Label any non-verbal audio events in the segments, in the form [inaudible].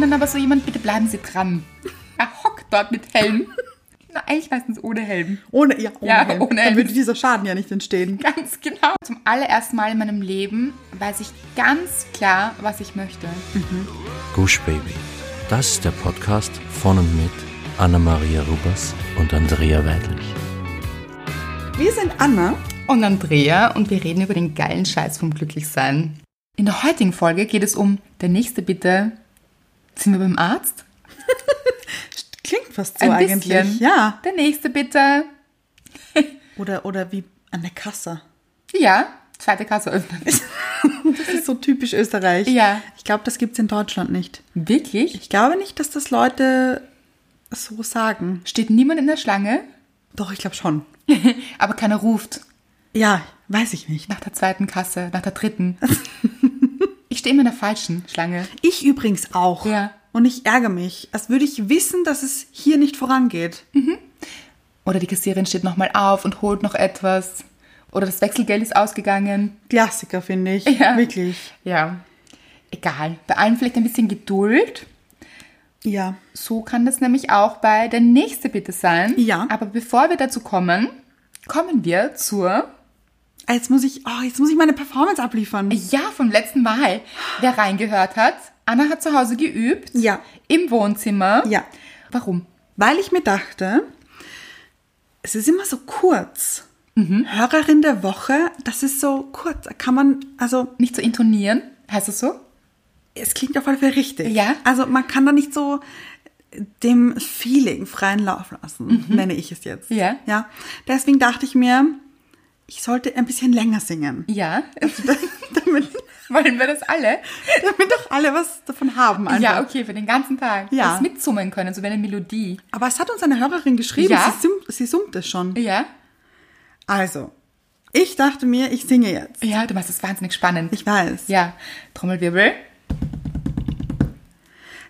dann aber so jemand, bitte bleiben Sie dran. Er hockt dort mit Helm. Na, eigentlich meistens ohne Helm. Ohne, ja, ohne Ja, Helm. ohne Dann Helm. würde dieser Schaden ja nicht entstehen. Ganz genau. Zum allerersten Mal in meinem Leben weiß ich ganz klar, was ich möchte. Gush Baby. Das ist der Podcast von und mit Anna-Maria Rubers und Andrea Weidlich. Wir sind Anna. Und Andrea und wir reden über den geilen Scheiß vom Glücklichsein. In der heutigen Folge geht es um der nächste bitte. Sind wir beim Arzt? Klingt fast so Ein eigentlich. bisschen. Ja. Der nächste bitte. Oder, oder wie an der Kasse. Ja, zweite Kasse öffnen. Das ist so typisch Österreich. Ja. Ich glaube, das gibt es in Deutschland nicht. Wirklich? Ich glaube nicht, dass das Leute so sagen. Steht niemand in der Schlange, [laughs] Doch, ich glaube schon. aber keiner ruft Ja, weiß ich nicht. nach der zweiten Kasse, nach der dritten. [laughs] Ich stehe immer in der falschen Schlange. Ich übrigens auch. Ja. Und ich ärgere mich, als würde ich wissen, dass es hier nicht vorangeht. Oder die Kassierin steht nochmal auf und holt noch etwas. Oder das Wechselgeld ist ausgegangen. Klassiker, finde ich. Ja. Wirklich. Ja. Egal. Bei allen vielleicht ein bisschen Geduld. Ja. So kann das nämlich auch bei der nächste Bitte sein. Ja. Aber bevor wir dazu kommen, kommen wir zur Ah, Jetzt muss ich, oh, jetzt muss ich meine Performance abliefern. Ja vom letzten Mal. Wer reingehört hat, Anna hat zu Hause geübt. Ja. Im Wohnzimmer. Ja. Warum? Weil ich mir dachte, es ist immer so kurz. Mhm. Hörerin der Woche, das ist so kurz. Da Kann man, also, Nicht zu intonieren, heißt das so? es klingt auf jeden Fall richtig. Ja. Also, man kann da nicht so dem Feeling freien Lauf lassen, nenne ich es jetzt. Mhm. Ja. Ja. Deswegen dachte ich mir, ich sollte ein bisschen länger singen. [laughs] Ja. damit, [laughs] Wollen wir das alle? damit doch alle was davon haben. Einfach. Ja, okay, für den ganzen Tag. Ja. Das mitsummen können, so wie eine Melodie. Aber es hat uns eine Hörerin geschrieben, Ja. sie, summt, sie summt es schon. Ja. Also, ich dachte mir, ich singe jetzt. Ja, du machst das wahnsinnig spannend. Ich weiß. Ja. Trommelwirbel.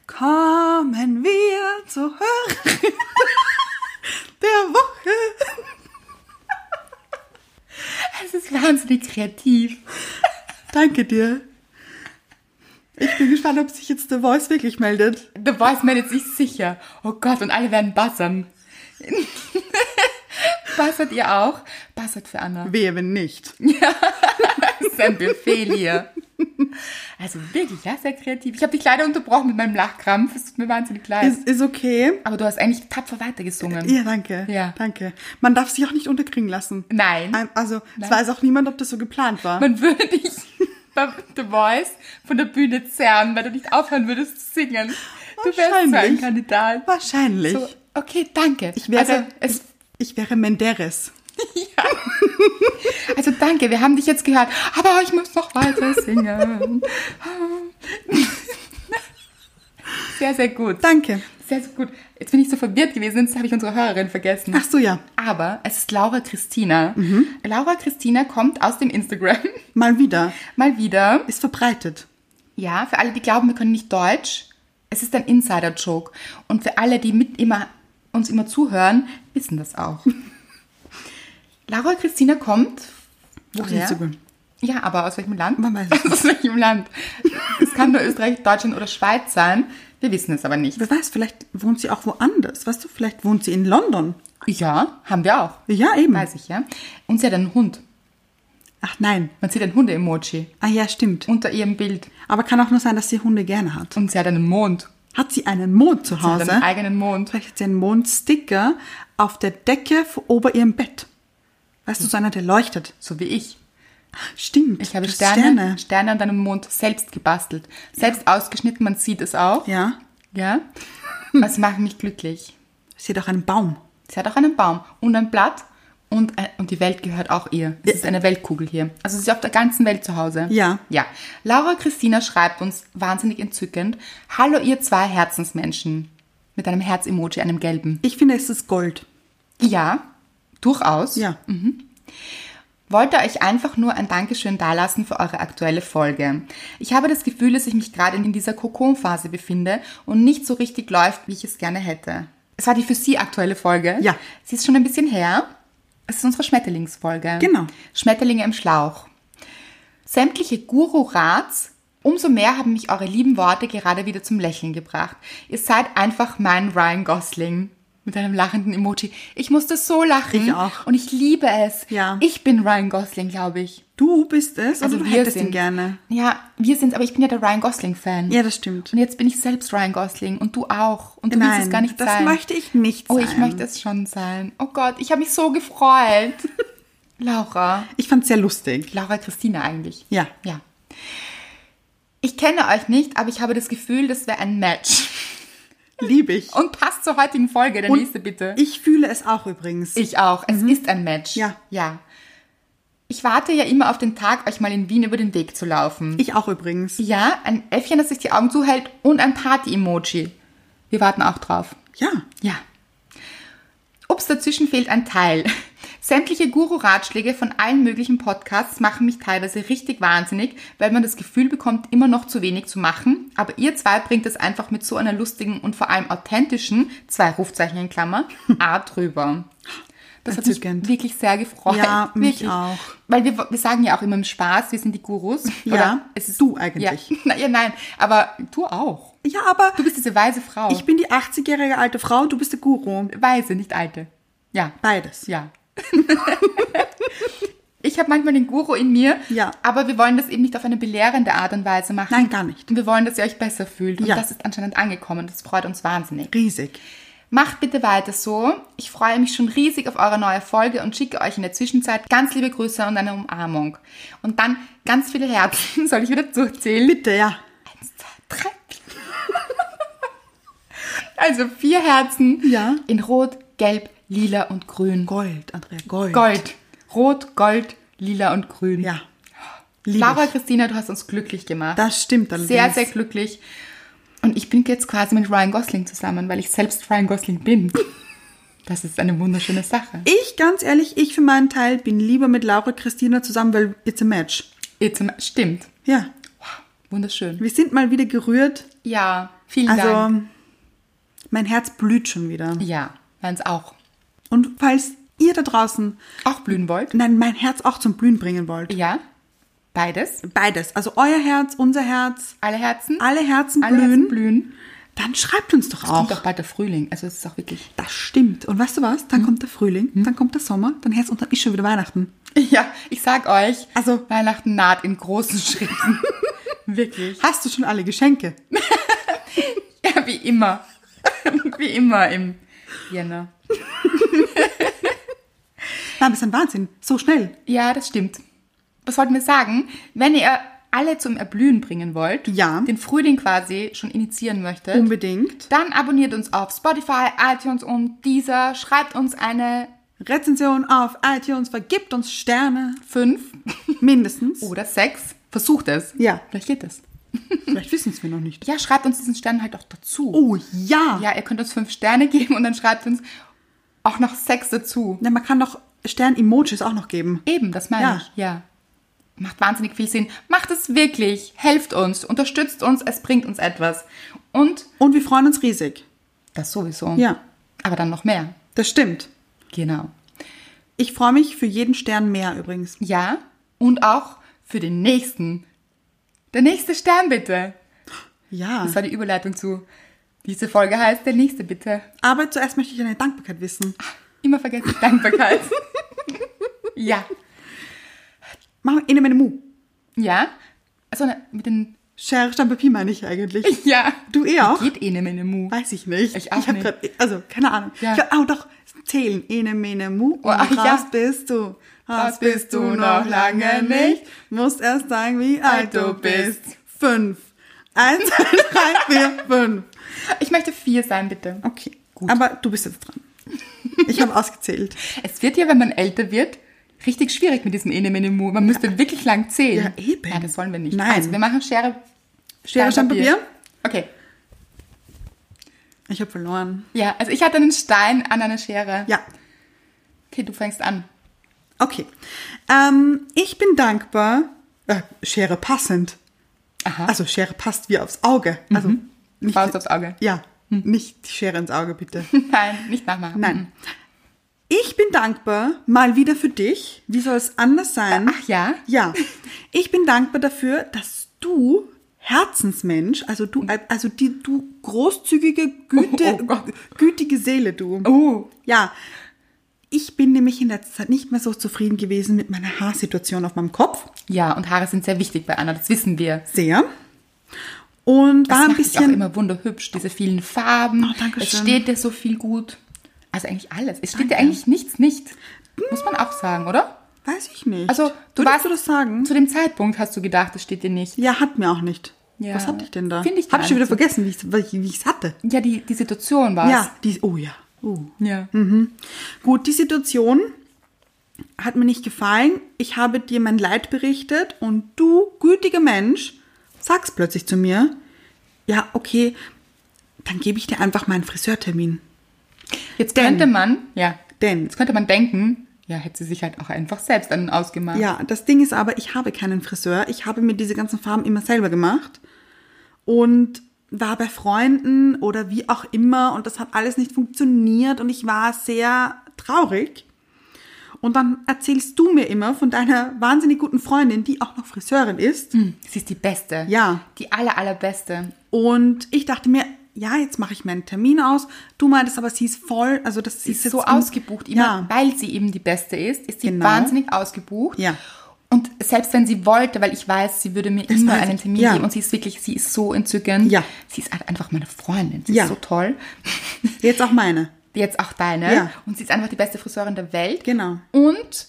Kommen wir zur Hörerin [laughs] der Woche. Es ist wahnsinnig kreativ. Danke dir. Ich bin gespannt, ob sich jetzt The Voice wirklich meldet. The Voice meldet sich sicher. Oh Gott, und alle werden buzzern. [laughs] buzzert ihr auch? Buzzert für Anna. Wehe, wenn nicht. Das ist ein Befehl hier. Also wirklich, ja, sehr kreativ. Ich habe dich leider unterbrochen mit meinem Lachkrampf. Es tut mir wahnsinnig leid. Ist, ist okay. Aber du hast eigentlich tapfer weitergesungen. Ja, danke. Ja. Danke. Man darf sich auch nicht unterkriegen lassen. Nein. Ein- Also, es Nein. weiß auch niemand, ob das so geplant war. Man würde dich [laughs] bei The Voice von der Bühne zerren, weil du nicht aufhören würdest zu singen. Du wärst so ein Wahrscheinlich. Kandidat. Wahrscheinlich. So, okay, danke. Ich wäre, also, es, ich wäre Menderes. also danke, wir haben dich jetzt gehört. Aber ich muss noch weiter singen. [laughs] Sehr, sehr gut. Danke. Sehr, sehr gut. Jetzt bin ich so verwirrt gewesen, jetzt habe ich unsere Hörerin vergessen. Ach Mhm. so, ja. Aber es ist Laura Christina. Laura Christina kommt aus dem Instagram [laughs] Mal wieder. mal wieder. Ist verbreitet. Ja, für alle, die glauben, wir können nicht Deutsch, es ist ein Insider-Joke. Und für alle, die mit immer, uns immer zuhören, wissen das [laughs] auch. Laura Christina kommt. Aus woher? Instagram. Ja, aber aus welchem Land? Man [laughs] weiß es Aus welchem Land? Es kann nur Österreich, Deutschland oder Schweiz sein. Wir wissen es aber nicht. Wer weiß, vielleicht wohnt sie auch woanders. Weißt du, vielleicht wohnt sie in London. Ja, haben wir auch. Ja, eben. Weiß ich, ja. Und sie hat einen Hund. Ach nein. Man sieht ein Hunde-Emoji Ah ja, stimmt. unter ihrem Bild. Aber kann auch nur sein, dass sie Hunde gerne hat. Und sie hat einen Mond. Hat sie einen Mond zu Sie hat einen Hause? eigenen Mond. Vielleicht hat sie einen Mondsticker auf der Decke vor- ober ihrem Bett. Weißt du, so einer, der leuchtet. So wie ich. Stimmt. Ich habe das Sterne, Sterne. an deinem Mond selbst gebastelt. Selbst ausgeschnitten, man sieht es auch. Ja. Ja. Das macht mich glücklich. Sie hat auch einen Baum. Sie hat auch einen Baum und ein Blatt und, ein- und die Welt gehört auch ihr. Es ist eine Weltkugel hier. Also sie ist auf der ganzen Welt zu Hause. Ja. Ja. Laura Christina schreibt uns wahnsinnig entzückend. Hallo ihr zwei Herzensmenschen. Mit einem Herz-Emoji, einem gelben. Ich finde, es ist Gold. Ja, durchaus. Ja. wollte euch einfach nur ein Dankeschön dalassen für eure aktuelle Folge. Ich habe das Gefühl, dass ich mich gerade in dieser Kokon-Phase befinde und nicht so richtig läuft, wie ich es gerne hätte. Es war die für Sie aktuelle Folge. Ja. Sie ist schon ein bisschen her. Es ist unsere Schmetterlingsfolge. Genau. Schmetterlinge im Schlauch. Sämtliche Guru-Rats Umso mehr haben mich eure lieben Worte gerade wieder zum Lächeln gebracht. Ihr seid einfach mein Ryan Gosling. Mit einem lachenden Emoji. Ich musste so lachen. Ich auch. Und ich liebe es. Ja. Ich bin Ryan Gosling, glaube ich. Du bist es, also, du hättest ihn sind's. gerne. Ja, wir sind's, aber ich bin ja der Ryan Gosling-Fan. Ja, das stimmt. Und jetzt bin ich selbst Ryan Gosling und du auch. Und du willst es gar nicht das sein. möchte ich nicht Oh, sein. ich möchte es schon sein. Oh Gott, ich habe mich so gefreut. [laughs] Laura. Ich fand es sehr lustig. Laura Christina eigentlich. Ja. Ja. Ich kenne euch nicht, aber ich habe das Gefühl, das wäre ein Match. Liebe ich. Und passt zur heutigen Folge, der Und nächste bitte. Ich fühle es auch übrigens. Ich auch. Es ist ein Match. Mhm. Ja. Ja. Ich warte ja immer auf den Tag, euch mal in Wien über den Weg zu laufen. Ich auch übrigens. ja, ein Äffchen, das sich die Augen zuhält und ein Party-Emoji. Wir warten auch drauf. Ja. Ja. Ups, dazwischen fehlt ein Teil. [laughs] Sämtliche Guru-Ratschläge von allen möglichen Podcasts machen mich teilweise richtig wahnsinnig, weil man das Gefühl bekommt, immer noch zu wenig zu machen. Aber ihr zwei bringt es einfach mit so einer lustigen und vor allem authentischen, zwei Rufzeichen in [laughs] Klammer, Art drüber. Das hat mich Entzückend. wirklich sehr gefreut. Ja, mich wirklich. auch. Weil wir, wir sagen ja auch immer im Spaß, wir sind die Gurus. [laughs] Ja, du eigentlich. Ja, Na [laughs] ja, nein, aber du auch. Ja, aber Du bist diese weise Frau. ich bin die 80-jährige alte Frau und du bist der Guru. Weise, nicht alte. Ja. Beides. Ja. [laughs] ich habe manchmal den Guru in mir, Ja. aber wir wollen das eben nicht auf eine belehrende Art und Weise machen. Nein, gar nicht. Wir wollen, dass ihr euch besser fühlt. Und Ja. das ist anscheinend angekommen. Das freut uns wahnsinnig. Riesig. Macht bitte weiter so. Ich freue mich schon riesig auf eure neue Folge und schicke euch in der Zwischenzeit ganz liebe Grüße und eine Umarmung. Und dann ganz viele Herzen. [laughs] Soll ich wieder durchzählen? Bitte, ja. Drei. [laughs] Also vier Herzen. Ja. In Rot, Gelb, Lila und Grün. Gold, Andrea, Gold. Gold. Rot, Gold, Lila und Grün. Ja. Liebe Laura, ich. Christina, du hast uns glücklich gemacht. Das stimmt allerdings. sehr, sehr glücklich. Und ich bin jetzt quasi mit Ryan Gosling zusammen, weil ich selbst Ryan Gosling [laughs] bin. Das ist eine wunderschöne Sache. Ich, ganz ehrlich, ich für meinen Teil bin lieber mit Laura Christina zusammen, weil it's a match. It's a, stimmt. Ja. Wunderschön. Wir sind mal wieder gerührt. Ja, vielen Also, Dank. mein Herz blüht schon wieder. Ja, meins auch. Und falls ihr da draußen, Auch blühen wollt? nein, mein Herz auch zum Blühen bringen wollt. Ja. Beides. Beides. Also euer Herz, unser Herz, Alle Herzen. alle Herzen Alle blühen. Herzen blühen. Dann schreibt uns doch Kommt auch. auch bald der Frühling. Also es ist auch wirklich. Das stimmt. Und weißt du was? Dann kommt der Frühling, dann kommt der Sommer, dann Herbst und dann ist schon wieder Weihnachten. [laughs] Ja, ich sag euch. Also- Weihnachten naht in großen [laughs] Schritten. wirklich. Hast du schon alle Geschenke? Ja, wie immer. [laughs] wie immer im Jänner. Nein, das ist ein Wahnsinn. So schnell. Ja, das stimmt. Was wollten wir sagen? Wenn ihr alle zum Erblühen bringen wollt, Ja. den Frühling quasi schon initiieren möchtet, Unbedingt. dann abonniert uns auf Spotify, iTunes und dieser. Schreibt uns eine Rezension auf iTunes, vergibt uns Sterne. 5 Mindestens. oder 6. Versucht es. Ja. Vielleicht geht es. Vielleicht wissen es wir noch nicht. Ja, schreibt uns diesen Stern halt auch dazu. Oh ja. Ja, ihr könnt uns 5 Sterne [laughs] geben und dann schreibt uns auch noch 6 dazu. Na, man kann doch Stern-Emojis auch noch geben. Eben, das meine Ja. ich. Ja. Macht wahnsinnig viel Sinn. Macht es wirklich. Helft uns, unterstützt uns, es bringt uns etwas. Und Und wir freuen uns riesig. das sowieso. Ja. Aber dann noch mehr. Das stimmt. Genau. Ich freue mich für jeden Stern mehr übrigens. Ja. Und auch für den nächsten. Der nächste Stern bitte. Ja. Das war die Überleitung zu. Diese Folge heißt der nächste bitte. Aber zuerst möchte ich eine Dankbarkeit wissen. Immer vergessen [laughs] Dankbarkeit. ja. Machen wir in einem Mu. Ja. Also mit den. Schere, Stein, Papier meine ich eigentlich. Ja. Du eh auch? Geht eh nicht mehr in den Mu. Weiß ich nicht. Ich auch ich hab nicht. Grad, also, keine Ahnung. Ja. Ich, oh, doch. Zählen. Ene, mene, mu. Und Oh, ah, ja. raus bist du. Raus bist du noch lange nicht. Musst erst sagen, wie alt du bist. Fünf. Eins, [laughs] zwei, drei, vier, fünf. Ich möchte vier sein, bitte. Okay, gut. Aber du bist jetzt dran. Ich [laughs] habe ausgezählt. Es wird ja, wenn man älter wird, richtig schwierig mit diesem eh Ene Mene Mu. Man müsste wirklich lang zählen. Ja, eben. Nein, das wollen wir nicht. Nein. Also, wir machen Schere, Schere, Stein, Papier. Okay. Ich habe verloren. Ja, also ich hatte einen Stein an einer Schere. Ja, Okay, du fängst an. okay. Ähm, ich bin dankbar. Äh, Schere passend. Aha. Also Schere passt wie aufs Auge. Also nicht, Faust aufs Auge. Ja, nicht die Schere ins Auge, bitte. [laughs] Nein, nicht nachmachen. Nein. Ich bin dankbar, mal wieder für dich. Wie soll es anders sein? Ach ja? Ja. Ich bin dankbar dafür, dass du Herzensmensch, also du, also die, du großzügige, güte, Mhm. Oh, oh Gott. gütige Seele, du. Oh. Ja. Ich bin nämlich in letzter Zeit nicht mehr so zufrieden gewesen mit meiner Haarsituation auf meinem Kopf. Ja, und Haare sind sehr wichtig bei Anna, das wissen wir. Sehr. Und war Das ein macht dich auch bisschen. immer wunderhübsch, diese vielen Farben. Oh, danke es schön. steht dir so viel gut. Also eigentlich alles. Es steht dir eigentlich nichts nicht. Mm. Muss man auch sagen, oder? Weiß ich nicht. Also, du Würdest warst- du das sagen? Zu dem Zeitpunkt hast du gedacht, es steht dir nicht. Ja, hat mir auch nicht. Ja. Was hatte ich denn da? Finde ich Hab gar ich schon wieder nicht so. vergessen, wie ich es wie ich's hatte. Ja, die, die Situation war Ja, die, oh ja. Oh. Ja. Gut, die Situation hat mir nicht gefallen. Ich habe dir mein Leid berichtet und du, gütiger Mensch, sagst plötzlich zu mir, ja, okay, dann gebe ich dir einfach meinen Friseurtermin. Jetzt Denn- könnte man, ja, Denn- jetzt könnte man denken, ja, hätte sie sich halt auch einfach selbst einen ausgemacht. Ja, das Ding ist aber, ich habe keinen Friseur. Ich habe mir diese ganzen Farben immer selber gemacht und war bei Freunden oder wie auch immer und das hat alles nicht funktioniert und ich war sehr traurig. Und dann erzählst du mir immer von deiner wahnsinnig guten Freundin, die auch noch Friseurin ist. Sie ist die Beste. Ja. Die aller, allerbeste. Und ich dachte mir, ja, jetzt mache ich meinen Termin aus. Du meintest aber, sie ist voll, also das Sie ist ist jetzt so im- ausgebucht, immer, Ja, weil sie eben die Beste ist, ist sie Genau. wahnsinnig ausgebucht. Ja. Und selbst wenn sie wollte, weil ich weiß, sie würde mir immer weiß einen ich. Termin Ja. geben und sie ist wirklich, sie ist so entzückend. Ja. Sie ist halt einfach meine Freundin. Sie Ja. ist so toll. jetzt auch meine. Jetzt auch deine. Ja. Und sie ist einfach die beste Friseurin der Welt. Genau. Und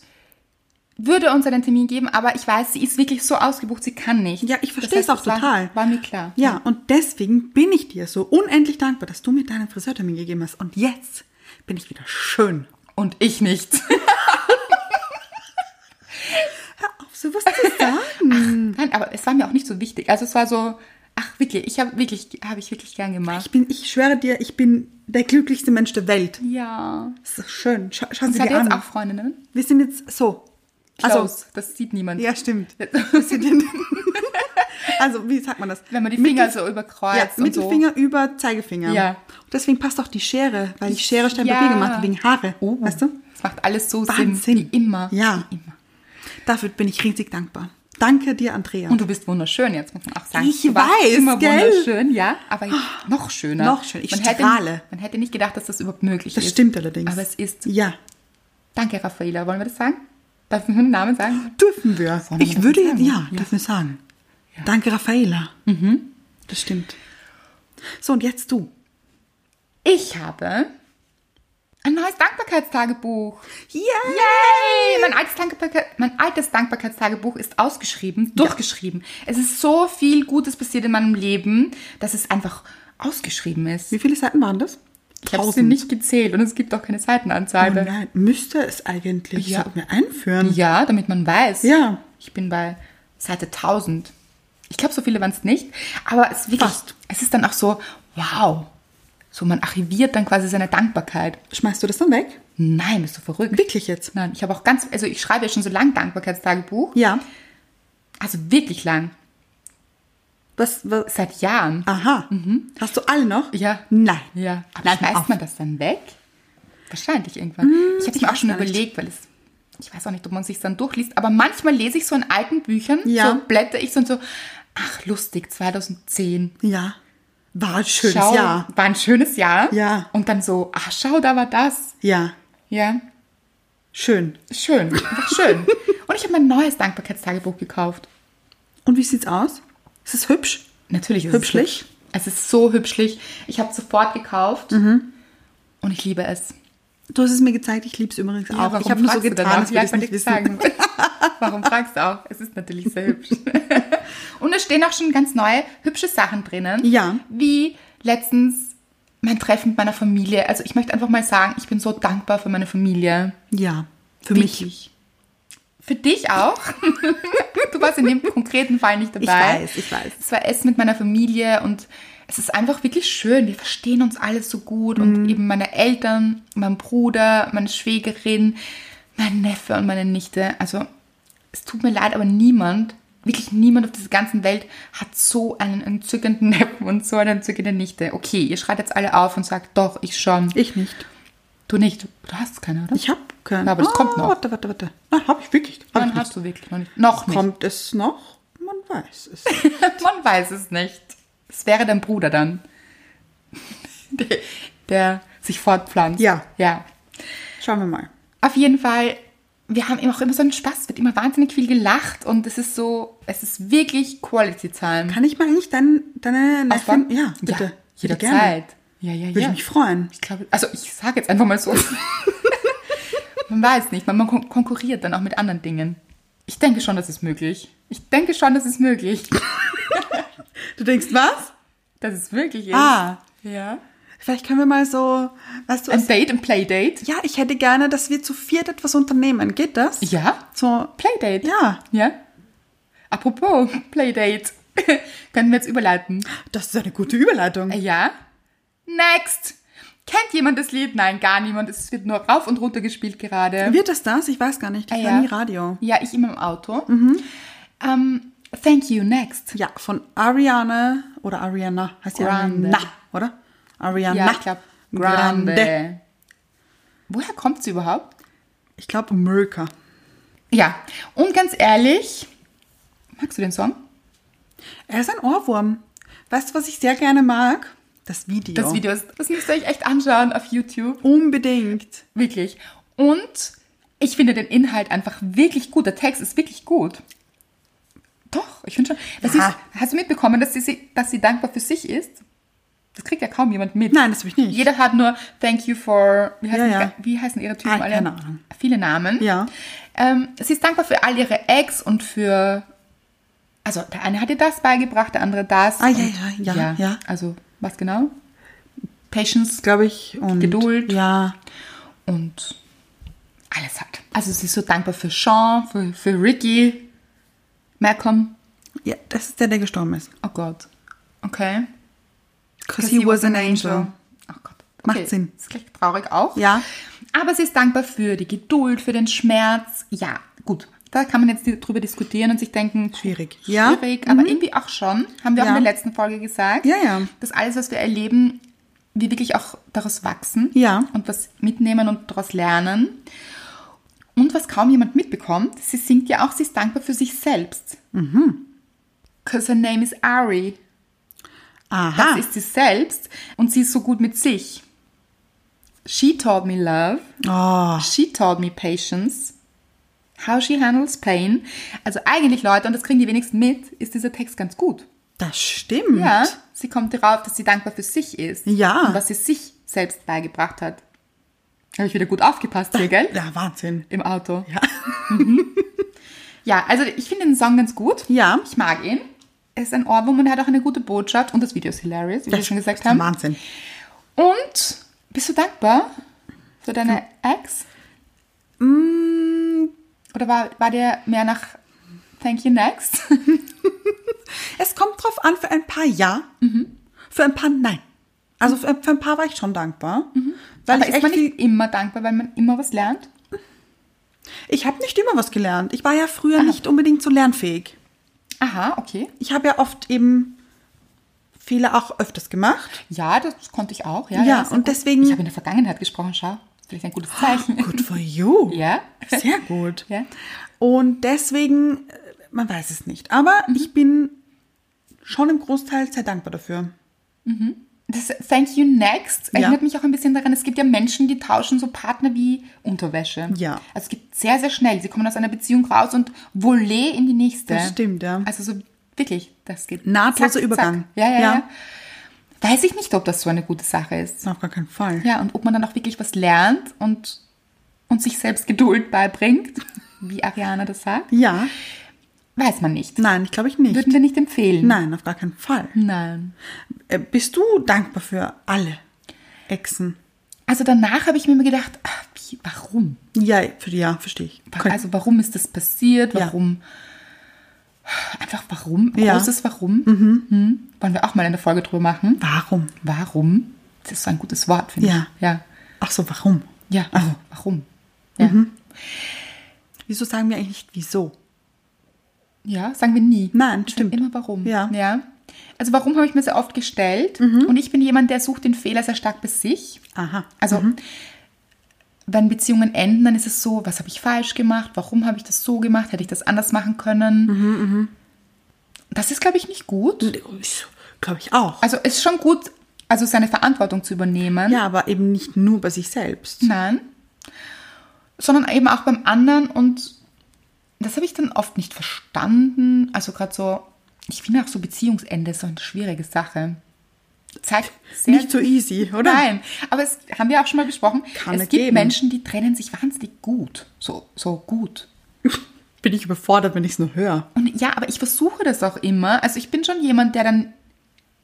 würde uns einen Termin geben, aber ich weiß, sie ist wirklich so ausgebucht, sie kann nicht. Ja, ich Das verstehe heißt, es auch das war- total. War mir klar. Ja, und deswegen bin ich dir so unendlich dankbar, dass du mir deinen Friseurtermin gegeben hast. Und jetzt bin ich wieder schön. Und ich nicht. [laughs] Hör auf, sowas [laughs] zu sagen. Nein, aber es war mir auch nicht so wichtig. Also es war so, ach wirklich, ich habe wirklich, habe ich wirklich gern gemacht. ich bin, ich schwöre dir, ich bin der glücklichste Mensch der Welt. Ja. Das ist schön. Scha schauen Sie Das hat dir jetzt an. auch Freundinnen. Wir sind jetzt so. Also, Close. das sieht niemand. ja, stimmt. Wir sind [laughs] in- also, wie sagt man das? Wenn man die Finger Mittel- so ja, überkreuzt und so. Mittelfinger über Zeigefinger. Ja. Und deswegen passt auch die Schere, weil ich Schere Stein Papier Ja. gemacht habe wegen Haare. Oh, Weißt du? Das macht alles so Wahnsinn. Sinn. Wie immer. Ja. Wie immer. Dafür bin ich riesig dankbar. Danke dir, Andrea. Und du bist wunderschön, jetzt muss man auch sagen. Ich du warst weiß, immer gell? Ah, wunderschön, ja. Aber jetzt noch schöner. Noch schön. Ich man strahle. Hätte, man hätte nicht gedacht, dass das überhaupt möglich Das ist. stimmt allerdings. Aber es ist. Ja, Danke, Raffaela. Wollen wir das sagen? Darf man den Namen sagen? dürfen wir. Sollen wir Ich das würde sagen? jetzt, ja, dürfen wir sagen. Danke, Raffaela. Mhm. Das stimmt. So, und jetzt du. Ich habe ein neues Dankbarkeitstagebuch. Yeah. Yay! Mein altes, Dankbarke mein altes Dankbarkeitstagebuch ist ausgeschrieben, durchgeschrieben. Es ist so viel Gutes passiert in meinem Leben, dass es einfach ausgeschrieben ist. Wie viele Seiten waren das? Ich habe es mir nicht gezählt und es gibt auch keine Oh Seitenanzahl. nein, müsste es eigentlich. Ja. Sollten wir einführen. ja, damit man weiß. Ja. Ich bin bei Seite 1000. Ich glaube, so viele waren es nicht, aber es, ist wirklich, Fast. es ist dann auch so, wow. So, man archiviert dann quasi seine Dankbarkeit. Schmeißt du das dann weg? Nein, bist du verrückt. Wirklich jetzt? Nein, ich habe auch ganz, also ich schreibe ja schon so lang Dankbarkeitstagebuch. Ja. Also wirklich lang. Was, was? Seit Jahren. Aha. Hast du alle noch? Mhm. Ja. Nein. Ja. Aber Nein, schmeißt auf. Hm, man das dann weg? Wahrscheinlich irgendwann. ich habe es mir auch schon gar nicht. überlegt, weil es. Ich weiß auch nicht, ob man sich dann durchliest, aber manchmal lese ich so in alten Büchern, Ja. so blätter ich so und so, ach lustig, 2010. Ja. War ein schönes schau, Jahr. war ein schönes Jahr. Ja. Und dann so, ach schau, da war das. Ja. Ja, Schön. schön, einfach [laughs] schön. und ich habe mein neues Dankbarkeitstagebuch gekauft. Und wie sieht's aus? Ist es hübsch? Natürlich ist Hübschlich? es hübsch. Es ist so hübschlich. Ich habe es sofort gekauft Mhm. und ich liebe es. Du hast es mir gezeigt, ich liebe es übrigens auch. warum ich habe nur so fragst du getan, danach? als würde ich Ja, nicht wissen. wollte ich sagen. [laughs] Warum fragst du auch? Es ist natürlich sehr hübsch. [laughs] Und es stehen auch schon ganz neue, hübsche Sachen drinnen. Ja. Wie letztens mein Treffen mit meiner Familie. Also ich möchte einfach mal sagen, ich bin so dankbar für meine Familie. Ja, für Wirklich. mich. Für dich auch. [laughs] du warst in dem konkreten Fall nicht dabei. Ich weiß, ich weiß. Es war Essen mit meiner Familie und es ist einfach wirklich schön. Wir verstehen uns alle so gut Mhm. und eben meine Eltern, mein Bruder, meine Schwägerin, mein Neffe und meine Nichte. Also es tut mir leid, aber niemand, wirklich niemand auf dieser ganzen Welt hat so einen entzückenden [laughs] Neffen und so eine entzückende Nichte. Okay, ihr schreit jetzt alle auf und sagt, doch, ich schon. Ich nicht. Du nicht. Du hast keine, oder? Ich Ah, habe keinen. Ja, aber das kommt noch. Warte, warte, warte. Nein, habe ich wirklich. Hab Nein, ich nicht. hast du wirklich noch nicht. Noch nicht. Kommt es noch? Man weiß es. [laughs] Man weiß es nicht. Es wäre dein Bruder dann. [laughs] der, der sich fortpflanzt. Ja. Ja. Schauen wir mal. Auf jeden Fall, wir haben eben auch immer so einen Spaß, wird immer wahnsinnig viel gelacht und es ist so, es ist wirklich Quality Time. Kann ich mal eigentlich dein, deine Auswahl? Nefin? Ja, bitte. Ja, Würde gerne. jederzeit. Ja, ja, ja. Würde ich mich freuen. Ich glaube, also ich sage jetzt einfach [laughs] mal so. man weiß nicht, man, man kon konkurriert dann auch mit anderen Dingen. Ich denke schon, das ist möglich. Ich denke schon, das ist möglich. [laughs] Du denkst, was? Dass es möglich ist. Ah. Ja. Vielleicht können wir mal so, weißt du, Ein es, Date, ein Playdate. ja, ich hätte gerne, dass wir zu viert etwas unternehmen. Geht das? Ja. So, Playdate. ja. Ja. Apropos Playdate. [laughs] Können wir jetzt überleiten? Das ist eine gute Überleitung. Ja. Next. Kennt jemand das Lied? Nein, gar niemand. Es wird nur rauf und runter gespielt gerade. Ah, Wird das das? Ich weiß gar nicht. Ich höre nie Radio. Mhm. Ja, ich immer im Auto. Ähm, thank you, next. Ja, von Ariana oder Ariana. Heißt die Grande. Ariana, oder? Ariana. Ja, ich glaube, Grande. Woher kommt sie überhaupt? Ich glaube, America. Ja, und ganz ehrlich, magst du den Song? Er ist ein Ohrwurm. Weißt du, was ich sehr gerne mag? Das Video. Das Video ist, das müsst ihr euch echt anschauen auf YouTube. Unbedingt. Wirklich. Und ich finde den Inhalt einfach wirklich gut. Der Text ist wirklich gut. Doch, ich finde schon. Das Ja. ist, hast du mitbekommen, dass sie- sie, dass sie dankbar für sich ist? Das kriegt ja kaum jemand mit. Nein, das habe ich nicht. Jeder hat nur Thank you for. Wie heißen, Ja, ja. Wie heißen ihre Typen Ah, alle? keine Ahnung. Viele Namen. Ja. Ähm, sie ist dankbar für all ihre Ex und für. Also, der eine hat ihr das beigebracht, der andere das. Ah, ja, und- ja, ja, ja. Also, was genau? Patience glaube ich. Und Geduld. Ja. und alles hat. Also, sie ist so dankbar für Sean, für, für Ricky, Malcolm. ja. Das ist der, der gestorben ist. Oh Gott. Okay. Because he, was an angel. Oh Gott. Macht Sinn. Ist gleich traurig auch. Ja. Aber sie ist dankbar für die Geduld, für den Schmerz. Ja, gut. Da kann man jetzt drüber diskutieren und sich denken, Schwierig. Ja. Mhm. schwierig, aber irgendwie auch schon, haben wir auch Ja. in der letzten Folge gesagt, Ja, ja. dass alles, was wir erleben, wir wirklich auch daraus wachsen Ja. und was mitnehmen und daraus lernen. Und was kaum jemand mitbekommt, sie singt ja auch, sie ist dankbar für sich selbst. Mhm. Cause her name is Ari. Das Aha. ist sie selbst und sie ist so gut mit sich. She taught me love. oh. She taught me patience. How she handles pain. Also eigentlich, Leute, und das kriegen die wenigsten mit, ist dieser Text ganz gut. Das stimmt. Ja, sie kommt darauf, dass sie dankbar für sich ist. Ja. Und was sie sich selbst beigebracht hat. Habe ich wieder gut aufgepasst hier, [laughs] gell? Ja, Wahnsinn. Im Auto. Ja. [laughs] ja, also ich finde den Song ganz gut. Ja. Ich mag ihn. Er ist ein Ohrwurm und er hat auch eine gute Botschaft. Und das Video ist hilarious, wie wir schon gesagt haben. Wahnsinn. Und bist du dankbar für deine Ex? Mm. Oder war, war der mehr nach Thank you next? Es kommt drauf an, für ein paar Ja, Mhm. für ein paar Nein. Also für, für ein paar war ich schon dankbar. Weil Mhm. [laughs] Aber ich ist echt man nicht viel, immer dankbar, weil man immer was lernt? ich habe nicht immer was gelernt. Ich war ja Ah. früher nicht unbedingt so lernfähig. Aha, okay. Ich habe ja oft eben Fehler auch öfters gemacht. Ja, das konnte ich auch. Ja, Ja, ist und gut. deswegen- Ich habe in der Vergangenheit gesprochen, schau. Vielleicht ein gutes Zeichen. [laughs] Good for you. [laughs] Ja. Sehr gut. Ja. Und deswegen, äh, man weiß es nicht. Aber Mhm. ich bin schon im Großteil sehr dankbar dafür. Das Thank you next Ja. erinnert mich auch ein bisschen daran, es gibt ja Menschen, die tauschen so Partner wie Unterwäsche. Ja. Also es geht sehr, sehr schnell. Sie kommen aus einer Beziehung raus und volé in die nächste. Das stimmt, ja. Also so wirklich, das geht. Nahtloser Übergang. Ja, ja, ja, Ja. Weiß ich nicht, ob das so eine gute Sache ist. Auf gar keinen Fall. Ja, und ob man dann auch wirklich was lernt und, und sich selbst Geduld beibringt, [laughs] wie Ariana das sagt, Ja. weiß man nicht. Nein, ich glaube ich nicht. Würden wir nicht empfehlen. Nein, auf gar keinen Fall. Nein. Äh, Bist du dankbar für alle Echsen? Also danach habe ich mir immer gedacht, ach, wie, warum? Ja, für die, ja, verstehe ich. Wa- Kann- Also warum ist das passiert? Ja. Warum? Einfach warum? Ein Ja. Mhm. Großes Warum? Hm? Wollen wir auch mal eine Folge drüber machen? warum? Warum? Das ist so ein gutes Wort, finde Ja. ich. Ja. Ach so, warum? Ja. Also. Warum? Ja. Mhm. Wieso sagen wir eigentlich nicht wieso? ja, sagen wir nie. Nein, Wir stimmt. Sagen immer warum. Ja. Mhm. ja. Also warum habe ich mir sehr oft gestellt? Und ich bin jemand, der sucht den Fehler sehr stark bei sich. Aha. Also wenn Beziehungen enden, dann ist es so, Mhm, was habe ich falsch gemacht? Warum habe ich das so gemacht? Hätte ich das anders machen können? Das ist, glaube ich, nicht gut. Glaube ich auch. Also ist schon gut, also seine Verantwortung zu übernehmen. Ja, aber eben nicht nur bei sich selbst. Nein. Sondern eben auch beim anderen und das habe ich dann oft nicht verstanden. Also gerade so, ich finde auch so Beziehungsende ist so eine schwierige Sache. Zeigt sehr Nicht so easy, oder? Nein, aber es haben wir auch schon mal besprochen. Kann es es gibt geben. Menschen, die trennen sich wahnsinnig gut. So, so gut. Bin ich überfordert, wenn ich es nur höre. Und ja, aber ich versuche das auch immer. Also ich bin schon jemand, der dann.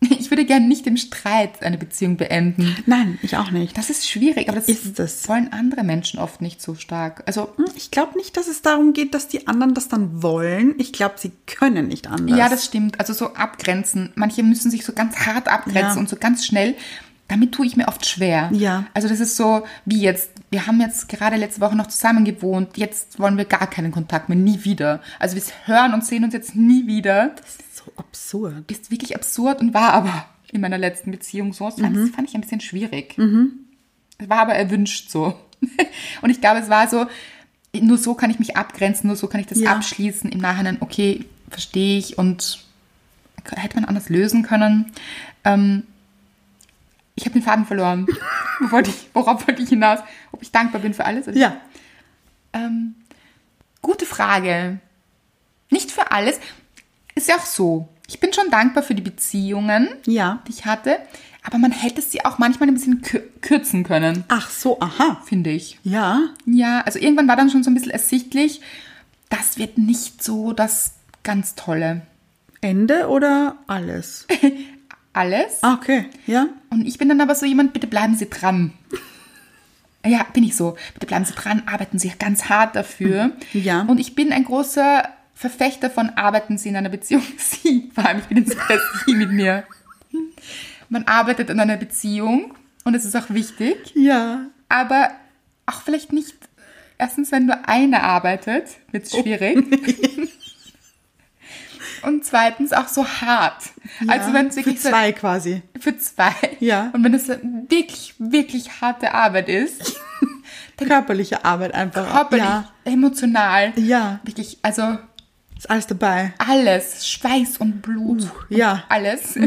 [laughs] Ich würde gerne nicht im Streit eine Beziehung beenden. Nein, ich auch nicht. Das ist schwierig, aber das Ist es. wollen andere Menschen oft nicht so stark. Also Ich glaube nicht, dass es darum geht, dass die anderen das dann wollen. Ich glaube, sie können nicht anders. Ja, das stimmt. Also so abgrenzen. Manche müssen sich so ganz hart abgrenzen Ja. und so ganz schnell. Damit tue ich mir oft schwer. Ja. Also das ist so, wie jetzt, wir haben jetzt gerade letzte Woche noch zusammen gewohnt, jetzt wollen wir gar keinen Kontakt mehr, nie wieder. Also wir hören und sehen uns jetzt nie wieder. Das ist so absurd. ist wirklich absurd und war aber in meiner letzten Beziehung so. Das Mhm. fand, das fand ich ein bisschen schwierig. Es war aber erwünscht so. [laughs] Und ich glaube, es war so, nur so kann ich mich abgrenzen, nur so kann ich das Ja. abschließen. Im Nachhinein, okay, verstehe ich und hätte man anders lösen können. Ähm, ich habe den Faden [laughs] verloren. Wo wollte ich, worauf wollte ich hinaus? Ob ich dankbar bin für alles? Ja. Ähm, gute Frage. Nicht für alles. Ist ja auch so. Ich bin schon dankbar für die Beziehungen, Ja. die ich hatte. Aber man hätte sie auch manchmal ein bisschen kür- kürzen können, Ach so, aha. finde ich. Ja. Ja, also irgendwann war dann schon so ein bisschen ersichtlich, das wird nicht so das ganz Tolle. Ende oder alles? Alles. Ah, Okay, ja. Und ich bin dann aber so jemand, bitte bleiben Sie dran. [laughs] Ja, bin ich so. Bitte bleiben Sie dran, arbeiten Sie ganz hart dafür. Ja. Und ich bin ein großer Verfechter von arbeiten Sie in einer Beziehung. [laughs] Sie, vor allem, ich bin jetzt sehr Sie mit mir. Man arbeitet in einer Beziehung und es ist auch wichtig, Ja. aber auch vielleicht nicht. Erstens, wenn nur eine arbeitet, wird Oh. es schwierig. [laughs] Und zweitens auch so hart. also wenn es wirklich Für so- zwei quasi. für zwei. Ja. Und wenn es wirklich, wirklich harte Arbeit ist, Körperliche Arbeit einfach. körperlich, Ja. emotional, Ja. wirklich, also Ist alles dabei. alles, Schweiß und Blut, und Uh, ja. Mhm. alles,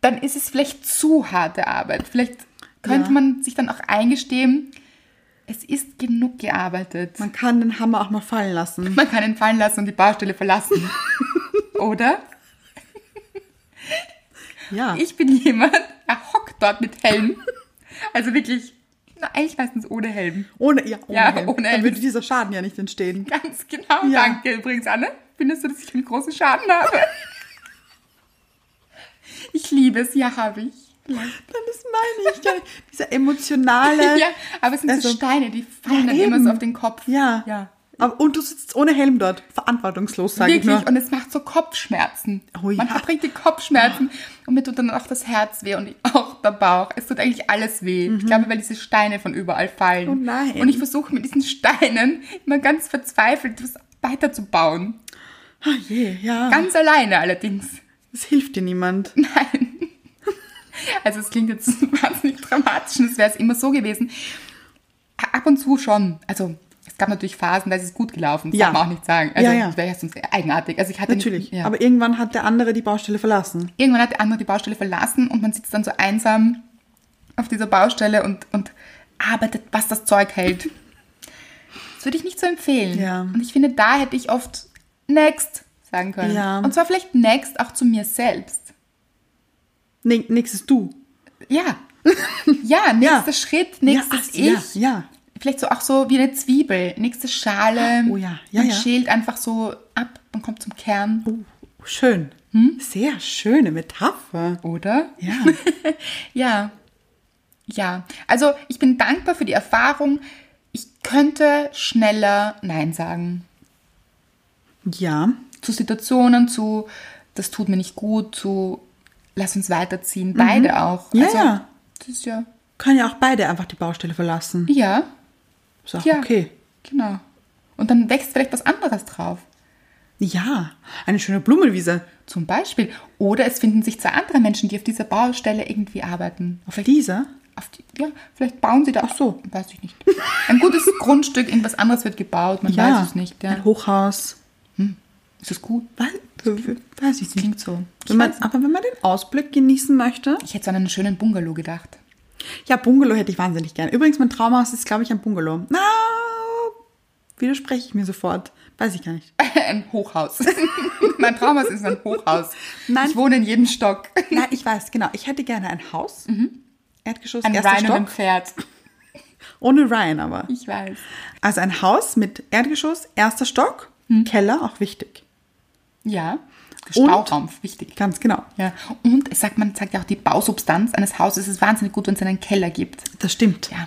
dann ist es vielleicht zu harte Arbeit. Vielleicht könnte Ja. man sich dann auch eingestehen, es ist genug gearbeitet. Man, Man kann den Hammer auch mal fallen lassen. kann ihn fallen lassen und die Baustelle [laughs] verlassen. Oder? Ja. Ich bin jemand, er hockt dort mit Helm. Also wirklich, na, eigentlich meistens ohne Helm. ohne, ja, ohne, Ja, Helm. ohne Dann Helm. würde dieser Schaden ja [laughs] nicht entstehen. Ganz genau, Ja. danke übrigens, Anne. Findest du, dass ich einen großen Schaden habe? Ich liebe es, ja, habe ich. Dann ist meine ich. gar nicht. Dieser emotionale. [laughs] Ja, aber es sind so also- Steine, die fallen dann eben. immer so auf den Kopf. Ja. Ja. Aber, und du sitzt ohne Helm dort. Verantwortungslos, sage ich Wirklich, nur. und es macht so Kopfschmerzen. Oh ja. Man hat richtig Kopfschmerzen und mir tut dann auch das Herz weh und [laughs] auch der Bauch. Es tut eigentlich alles weh. Ich glaube, weil diese Steine von überall fallen. Oh nein. Und ich versuche mit diesen Steinen immer ganz verzweifelt was weiterzubauen. Ah je, ja. Ganz alleine allerdings. es hilft dir niemand. Also es klingt jetzt [laughs] wahnsinnig dramatisch und es wäre es immer so gewesen. Ab und zu schon. Also es gab natürlich Phasen, da ist es gut gelaufen. Das Ja. darf man auch nicht sagen. Also Ja, ja. das wäre ja sonst eigenartig. Also ich hatte Natürlich. Ja. Aber irgendwann hat der andere die Baustelle verlassen. irgendwann hat der andere die Baustelle verlassen und man sitzt dann so einsam auf dieser Baustelle und, und arbeitet, was das Zeug hält. Das würde ich nicht so empfehlen. Ja. Und ich finde, da hätte ich oft next sagen können. Ja. Und zwar vielleicht next auch zu mir selbst. Nee, nächstes du. [laughs] Ja. Ja, nächster Schritt, nächstes ja, ach, Ich. Ja, ja. Vielleicht so auch so wie eine Zwiebel. Nächste Schale. Oh ja, ja, Man ja. schält einfach so ab und kommt zum Kern. Oh, schön. Hm? Sehr schöne Metapher. Oder? Ja. [laughs] Ja. Ja. Also ich bin dankbar für die Erfahrung. Ich könnte schneller Nein sagen. ja. Zu Situationen, zu das tut mir nicht gut, zu lass uns weiterziehen. Beide auch. Mhm. Also, Ja, ja. Das ist ja. Können ja auch beide einfach die Baustelle verlassen. Ja, Ist auch ja. okay. Genau. Und dann wächst vielleicht was anderes drauf. Ja. Eine schöne Blumenwiese. Zum Beispiel. Oder es finden sich zwei andere Menschen, die auf dieser Baustelle irgendwie arbeiten. Auf dieser? Auf die, ja, vielleicht bauen sie da. Ach so. Weiß ich nicht. [laughs] Ein gutes Grundstück, irgendwas anderes wird gebaut, man weiß es nicht. Ja. Ein Hochhaus. Ist das gut? Weil, weiß ich nicht. Klingt so. Wenn man, aber wenn man den Ausblick genießen möchte. Ich hätte so an einen schönen Bungalow gedacht. [laughs] Ja, Bungalow hätte ich wahnsinnig gern. Übrigens, mein Traumhaus ist, glaube ich, ein Bungalow. Na, widerspreche ich mir sofort. Weiß ich gar nicht. Ein Hochhaus. [laughs] mein Traumhaus ist ein Hochhaus. Nein. Ich wohne in jedem Stock. Nein, ich weiß, genau. Ich hätte gerne ein Haus. [laughs] Erdgeschoss, Ein erster Ryan und ein Stock. Pferd. Ohne Ryan aber. Ich weiß. Also ein Haus mit Erdgeschoss, erster Stock, Keller, auch wichtig. Ja. Stauraum, wichtig. Ganz genau. Ja. Und es sagt, man sagt ja auch, die Bausubstanz eines Hauses ist wahnsinnig gut, wenn es einen Keller gibt. Das stimmt. Ja.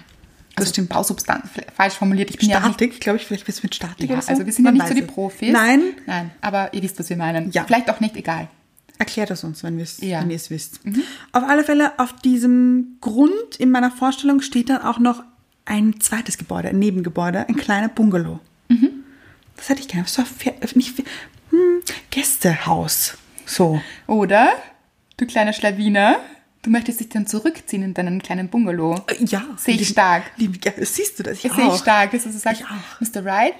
Das Also stimmt. Bausubstanz, vielleicht falsch formuliert. Ich bin ja auch nicht, Statik, glaube ich, vielleicht bist du mit Statik ja, oder so. also wir sind ja Man nicht so weiß die es. Profis. Nein, Nein, aber ihr wisst, was wir meinen. Ja. Vielleicht auch nicht, egal. erklärt das uns, wenn, wir's, Ja. Mhm. wenn ihr es wisst. Auf alle Fälle, auf diesem Grund in meiner Vorstellung steht dann auch noch ein zweites Gebäude, ein Nebengebäude, ein kleiner Bungalow. Mhm. Das hätte ich gerne. So, fe- nicht, fe- hm, Gästehaus. So. Oder, du kleiner Schlawiner, du möchtest dich dann zurückziehen in deinen kleinen Bungalow. Äh, Ja. Sehe ich Lieb- stark. Liebe, Gä- siehst du das? Ich Ich sehe auch. ich stark, dass du so sagst, Ich auch. Mr. Wright,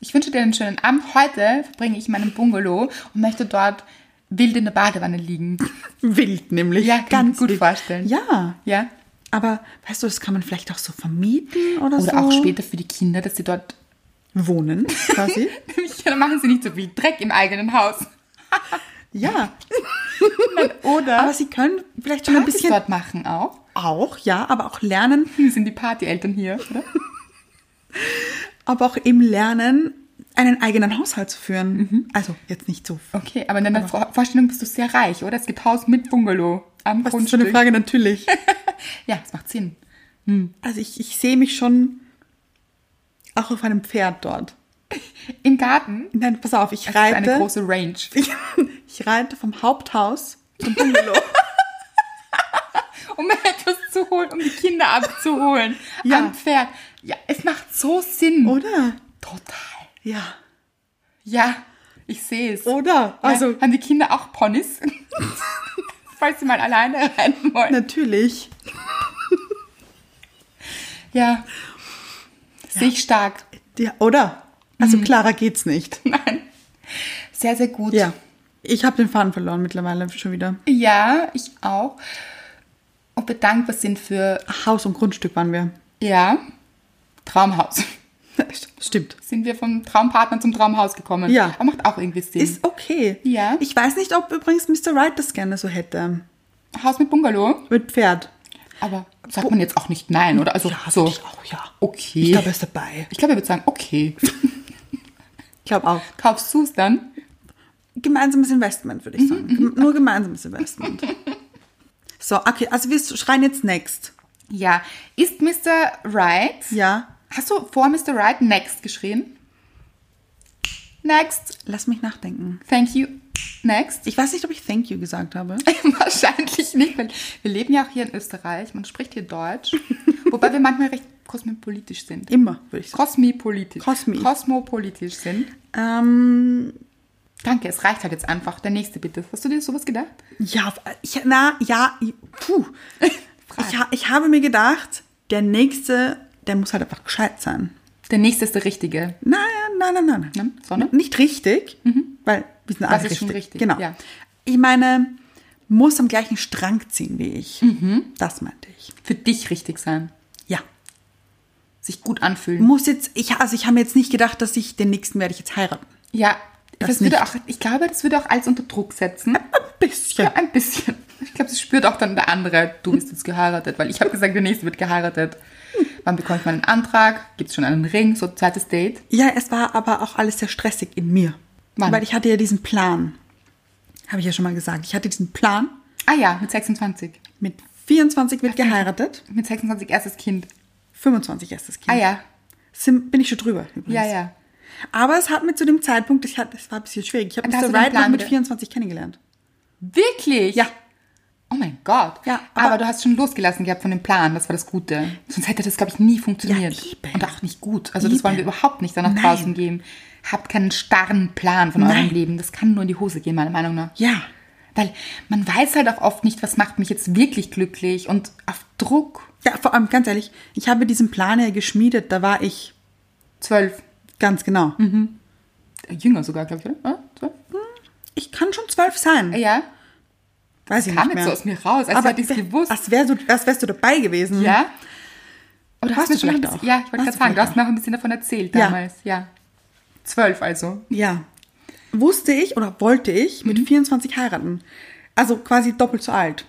ich wünsche dir einen schönen Abend. Heute verbringe ich meinen Bungalow und möchte dort wild in der Badewanne liegen. Wild nämlich. Ja, kann ich mir gut wild. vorstellen. Ja. Ja? Aber weißt du, das kann man vielleicht auch so vermieten oder, so. Oder auch später für die Kinder, dass sie dort, [laughs] Wohnen, quasi. dann machen sie nicht so viel Dreck im eigenen Haus. ja. Oder [laughs] Aber sie können vielleicht schon ein Partys bisschen dort machen auch. auch, ja, aber auch lernen, Hm, Sind die Partyeltern hier, oder? aber auch eben lernen, einen eigenen Haushalt zu führen. Also jetzt nicht so. Okay, aber in deiner Vor- Vorstellung bist du sehr reich, oder? Es gibt Haus mit Bungalow am Was ist für Grundstück. eine Frage natürlich. Ja, das macht Sinn. [laughs] Also ich, ich sehe mich schon auch auf einem Pferd dort. Im Garten Nein, pass auf, ich ist eine reite. große Range. Ich, [laughs] ich reite vom Haupthaus zum Bungalow. um [laughs] etwas zu holen, um die Kinder abzuholen. [laughs] Ja. Am Pferd. Ja, es macht so Sinn. [laughs] Oder? Total. Ja. Ja, ich sehe es. Oder? Also ja, haben die Kinder auch Ponys? [laughs] Falls sie mal alleine rennen Ne. wollen. natürlich. Ja. Das Sehe ich stark. [laughs] Ja, oder? Also klarer geht's nicht. Sehr, sehr gut. Ja. Ich habe den Faden verloren mittlerweile schon wieder. Ja, ich auch. Und bedankbar sind für, Haus und Grundstück waren wir. ja, Traumhaus. [laughs] [laughs] Stimmt. Sind wir vom Traumpartner zum Traumhaus gekommen. Ja. Aber macht auch irgendwie Sinn. Ist okay. Ja. Ich weiß nicht, ob übrigens Mr. Wright das gerne so hätte. Haus mit Bungalow. Mit Pferd. Aber sagt man jetzt auch nicht nein, oder? Also so. ich auch, ja. Okay. Ich glaube, er ist dabei. Ich glaube, er würde sagen, okay. [laughs] Ich glaube auch. Kaufst du es dann? Gemeinsames Investment, würde ich Mhm, sagen. Gem- Nur [laughs] gemeinsames Investment. so, okay, also wir schreien jetzt next. Ja. Ist Mr. Right? Ja. Hast du vor Mr. Right next geschrien? Next. Lass mich nachdenken. Thank you. Next. Ich weiß nicht, ob ich thank you gesagt habe. [laughs] Wahrscheinlich nicht, weil wir leben ja auch hier in Österreich. Man spricht hier [laughs] Deutsch. wobei wir manchmal recht kosmopolitisch sind. Immer, würde ich sagen. Kosmipolitisch. Kosmi. Kosmopolitisch sind. Ähm, Danke, es reicht halt jetzt einfach. Der nächste bitte. Hast du dir sowas gedacht? ja, auf- ich, na, ja, ich- [laughs] puh. Ich, ha- ich habe mir gedacht, der nächste, der muss halt einfach gescheit sein. Der nächste ist der richtige. Nein, nein, nein, nein. nein. Ne? Sondern? Nicht richtig, weil wir sind alle Mhm. ist richtig. schon richtig, Genau. ja. Ich meine, muss am gleichen Strang ziehen wie ich. Mhm. Das meinte ich. Für dich richtig sein. Ja. Sich gut anfühlen. Muss jetzt, ich, also ich habe mir jetzt nicht gedacht, dass ich den nächsten werde ich jetzt heiraten. Ja, Das das, würde nicht. auch, ich glaube, das würde auch alles unter Druck [laughs] setzen. Ein bisschen. Ja, ein bisschen. Ich glaube, das spürt auch dann der andere, du bist jetzt geheiratet, weil ich habe gesagt, der nächste wird geheiratet. Wann bekommt man einen Antrag? Gibt es schon einen Ring? So zweites Date? Ja, es war aber auch alles sehr stressig in mir. Wann? Weil ich hatte ja diesen Plan. Habe ich ja schon mal gesagt. Ich hatte diesen Plan. Ah ja, mit 26. Mit 24 wird geheiratet, Mit 26 erstes Kind. 25 erstes Kind. Ah ja, Sind, bin ich schon drüber übrigens. ja, ja. Aber es hat mir zu dem Zeitpunkt, ich hatte, es war ein bisschen schwierig. Ich habe Und hast Mr. du den Wright noch Plan mit wieder- 24 kennengelernt. Wirklich? Ja. Oh mein Gott. Ja, aber- aber, du hast schon losgelassen gehabt von dem Plan, das war das Gute. Sonst hätte das, glaube ich, nie funktioniert. Ja, eben. Und auch nicht gut. Also Eben. das wollen wir überhaupt nicht danach Nein. draußen geben. Habt keinen starren Plan von Nein. eurem Leben. Das kann nur in die Hose gehen, meiner Meinung nach. Ja. Weil man weiß halt auch oft nicht, was macht mich jetzt wirklich glücklich und auf Druck. Ja, vor allem, ganz ehrlich, ich habe diesen Plan ja geschmiedet, da war ich Zwölf. ganz genau. Jünger sogar, glaube ich, oder? Ja, zwölf? Ah, zwölf sein. Ja, Weiß ich kam nicht jetzt mehr. so aus mir raus, als hätte ich es wär- gewusst. Als, wär so, als wärst du dabei gewesen. ja. Aber du hm. Warst hast mir du schon ein vielleicht bisschen, auch? ja, ich wollte gerade Warst du sagen, du vielleicht hast mir auch ein bisschen davon erzählt Ja. damals, ja. Zwölf also. Ja. Wusste ich oder wollte ich mit 24 heiraten. Also quasi doppelt so alt.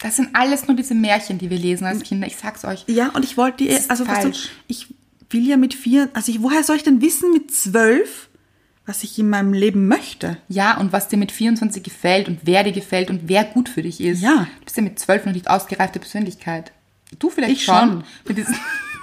Das sind alles nur diese Märchen, die wir lesen Mhm. als Kinder, ich sag's euch. Ja, und ich wollte ihr, ist also weißt du, falsch. ich will ja mit vier, also ich, woher soll ich denn wissen mit zwölf, was ich in meinem Leben möchte? Ja, und was dir mit 24 gefällt und wer dir gefällt und wer gut für dich ist. Ja. Du bist ja mit 12 noch nicht ausgereifte Persönlichkeit. Du vielleicht Ich schon. schon. Mit, diesen, [laughs]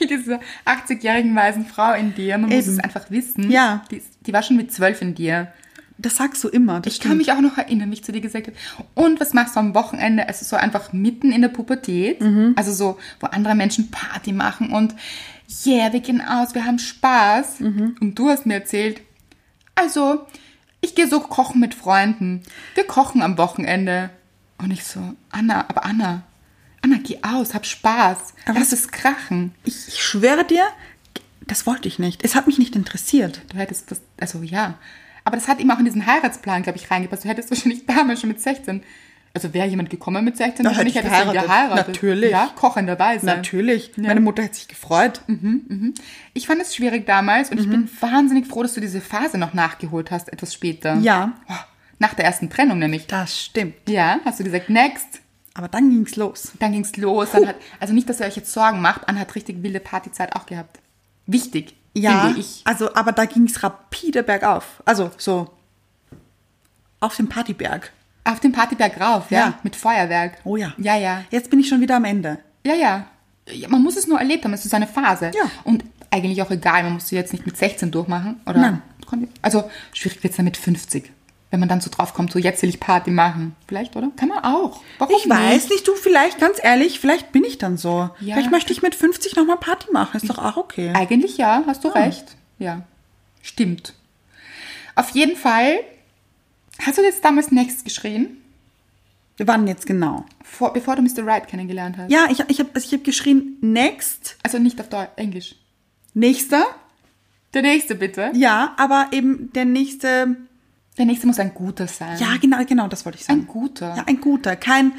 mit dieser 80-jährigen weißen Frau in dir. Man muss es Eben. einfach wissen. Ja. Die, ist- die war schon mit 12 in dir. Das sagst du immer. Das Ich kann mich auch noch erinnern, wie ich zu dir gesagt habe. Und was machst du am Wochenende? Also so einfach mitten in der Pubertät. Mhm. Also so, wo andere Menschen Party machen und yeah, wir gehen aus, wir haben Spaß. Mhm. Und du hast mir erzählt, also ich gehe so kochen mit Freunden. Wir kochen am Wochenende. Und ich so, Anna, aber Anna, Anna, geh aus, hab Spaß. Aber Lass was- es krachen. ich, ich schwöre dir, das wollte ich nicht. Es hat mich nicht interessiert. Du hättest das, also ja. Aber das hat ihm auch in diesen Heiratsplan, glaube ich, reingepasst. Du hättest wahrscheinlich damals schon mit 16. Also wäre jemand gekommen mit 16, Da wahrscheinlich hätte ich hättest du ihn geheiratet. geheiratet. Natürlich. Ja, kochenderweise. Natürlich. Meine Mutter hat sich gefreut. Ich fand es schwierig damals und Mhm. ich bin wahnsinnig froh, dass du diese Phase noch nachgeholt hast, etwas später. Ja. Oh, nach der ersten Trennung nämlich. Das stimmt. Ja, hast du gesagt, next. Aber dann ging's los. Dann ging's los. Dann hat, also nicht, dass ihr euch jetzt Sorgen macht, Anne hat richtig wilde Partyzeit auch gehabt. Wichtig, Ja, finde ich. also, aber da ging's rapide bergauf. Also, so. Auf dem Partyberg. Auf den Partyberg rauf, ja? Ja. Mit Feuerwerk. Oh ja. Ja, ja. Jetzt bin ich schon wieder am Ende. Ja, ja. ja man muss es nur erlebt haben, es ist eine Phase. Ja. Und eigentlich auch egal, man muss sie jetzt nicht mit 16 durchmachen. Oder Nein. Kon- Also schwierig wird es dann mit 50. Wenn man dann so drauf kommt, so jetzt will ich Party machen. Vielleicht, oder? Kann man auch. Warum Ich weiß nicht, du, vielleicht, ganz ehrlich, vielleicht bin ich dann so. Ja. Vielleicht möchte ich mit 50 nochmal Party machen. Ist doch auch okay. Eigentlich ja, hast du recht. Ja. Stimmt. Auf jeden Fall, hast du jetzt damals Next geschrien, Wann jetzt genau? vor, bevor du Mr. Right kennengelernt hast? Ja, ich, ich habe also ich hab geschrien, next, Also nicht auf Deu Englisch. nächster. Der nächste bitte. Ja, aber eben der nächste. Der nächste muss ein guter sein. Ja, genau, genau, das wollte ich sagen. Ähm, Ein guter. Ja, ein guter. Kein,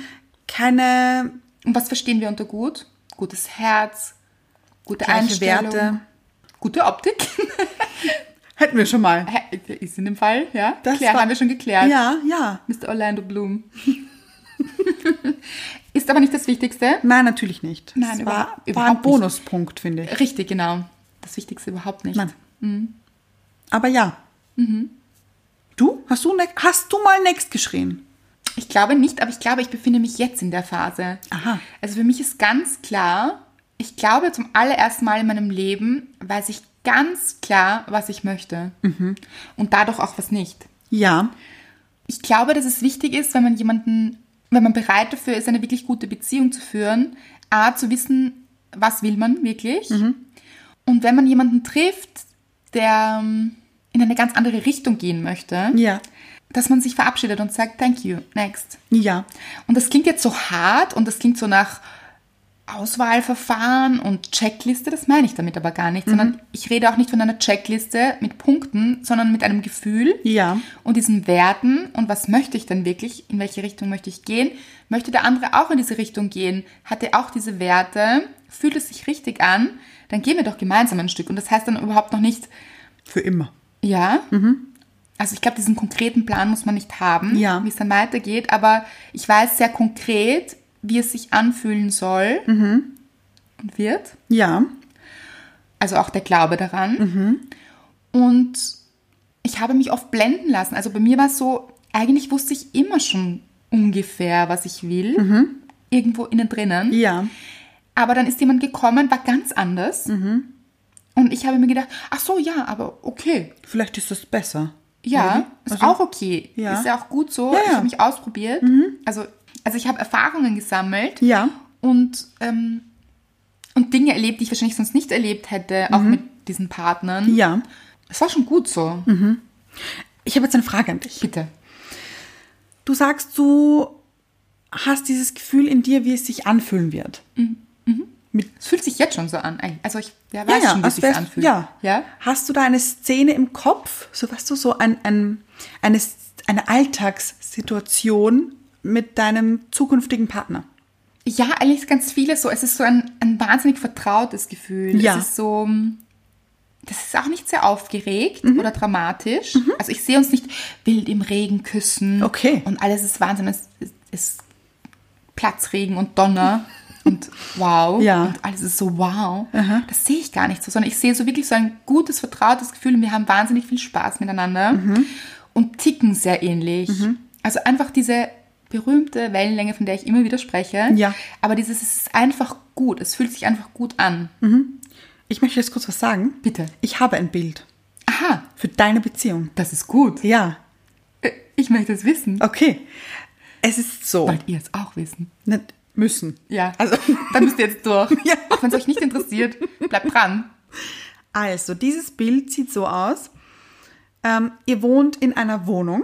keine Und was verstehen wir unter gut? Gutes Herz, gute gleiche Einstellung, Werte. gute Optik. [laughs] Hätten wir schon mal. Ist in dem Fall, ja. Das Claire war- haben wir schon geklärt. Ja, ja. Mr. Orlando Bloom. [laughs] ist aber nicht das Wichtigste. Nein, natürlich nicht. Nein, das überhaupt- war, war überhaupt ein nicht. Bonuspunkt, finde ich. Richtig, Mhm. genau. Das Wichtigste überhaupt nicht. Nein. Aber ja. Mhm. Du? Hast du, ne hast du mal next geschrien? Ich glaube nicht, aber ich glaube, ich befinde mich jetzt in der Phase. Aha. Also für mich ist ganz klar, ich glaube zum allerersten Mal in meinem Leben weiß ich ganz klar, was ich möchte. Mhm. Und dadurch auch was nicht. Ja. Ich glaube, dass es wichtig ist, wenn man jemanden, wenn man bereit dafür ist, eine wirklich gute Beziehung zu führen, A, zu wissen, was will man wirklich. Und wenn man jemanden trifft, der ähm, in eine ganz andere Richtung gehen möchte, Ja. dass man sich verabschiedet und sagt, thank you, next. Ja. Und das klingt jetzt so hart und das klingt so nach Auswahlverfahren und Checkliste, das meine ich damit aber gar nicht, sondern ich rede auch nicht von einer Checkliste mit Punkten, sondern mit einem Gefühl Ja. und diesen Werten und was möchte ich denn wirklich, in welche Richtung möchte ich gehen, möchte der andere auch in diese Richtung gehen, hat er auch diese Werte, fühlt es sich richtig an, dann gehen wir doch gemeinsam ein Stück und das heißt dann überhaupt noch nicht, Für immer. ja. Also ich glaube, diesen konkreten Plan muss man nicht haben, Mhm. Ja. wie es dann weitergeht, aber ich weiß sehr konkret, wie es sich anfühlen soll Mhm. und wird. Ja. Also auch der Glaube daran. Mhm. Und ich habe mich oft blenden lassen. Also bei mir war es so, eigentlich wusste ich immer schon ungefähr, was ich will. Irgendwo innen drinnen. Mhm. Ja. Aber dann ist jemand gekommen, war ganz anders. Mhm. Und ich habe mir gedacht, ach so, ja, aber okay. Vielleicht ist das besser. Ja, Oder? Also ist auch okay. Ja. Ist ja auch gut so. Ja, Ich ja. Mhm. habe mich ausprobiert. Also, also ich habe Erfahrungen gesammelt Ja. und, ähm, und Dinge erlebt, die ich wahrscheinlich sonst nicht erlebt hätte, auch mit diesen Partnern. Mhm. Ja. Mhm. Es war schon gut so. Ich habe jetzt eine Frage an dich. Bitte. Du sagst, du hast dieses Gefühl in dir, wie es sich anfühlen wird. Mit, Es fühlt sich jetzt schon so an. Also ich Mhm. ja, weiß schon, wie es als sich wär's- anfühlt. Ja. ja. Hast du da eine Szene im Kopf, so weißt du, so ein, ein, eine, S- eine Alltagssituation mit deinem zukünftigen Partner? Ja, eigentlich ganz viele so. Es ist so ein, ein wahnsinnig vertrautes Gefühl. Ja. Es ist so, mm, das ist auch nicht sehr aufgeregt Mhm. oder dramatisch. Also ich sehe uns nicht wild im Regen küssen. Okay. Und alles ist Wahnsinn. Es es ist Platzregen und [laughs] Donner und wow. Ja. Und alles ist so wow. Das sehe ich gar nicht so, sondern ich sehe so wirklich so ein gutes, vertrautes Gefühl und wir haben wahnsinnig viel Spaß miteinander Mhm. und ticken sehr ähnlich. Also einfach diese berühmte Wellenlänge, von der ich immer wieder spreche. Ja. Aber dieses es ist einfach gut. Es fühlt sich einfach gut an. Ich möchte jetzt kurz was sagen. Bitte. Ich habe ein Bild Aha, für deine Beziehung. das ist gut. Ja, Äh, Ich möchte es wissen. okay. Es ist so. Wollt ihr es auch wissen? Nicht müssen. Ja. Also, [laughs] Dann [laughs] müsst ihr jetzt durch. Ja. Auch wenn es euch nicht interessiert, bleibt dran. also, dieses Bild sieht so aus. Ähm, ihr wohnt in einer Wohnung.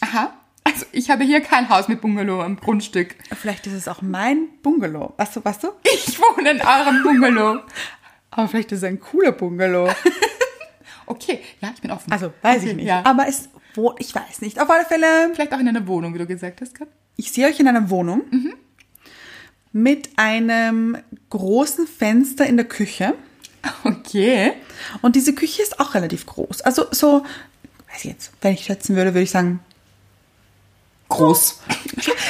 Aha. Also ich habe hier kein Haus mit Bungalow am Grundstück. Vielleicht ist es auch mein Bungalow. Weißt du, weißt du? Ich wohne in eurem Bungalow. Aber vielleicht ist es ein cooler Bungalow. Okay, ja, ich bin offen. [laughs] Also, weiß okay, ich nicht. Ja. Aber es wohnt, ich weiß nicht. Auf alle Fälle, Vielleicht auch in einer Wohnung, wie du gesagt hast. Kat. ich sehe euch in einer Wohnung mit einem großen Fenster in der Küche. [laughs] Okay. Und diese Küche ist auch relativ groß. Also so, weiß ich jetzt, wenn ich schätzen würde, würde ich sagen, [laughs] Groß.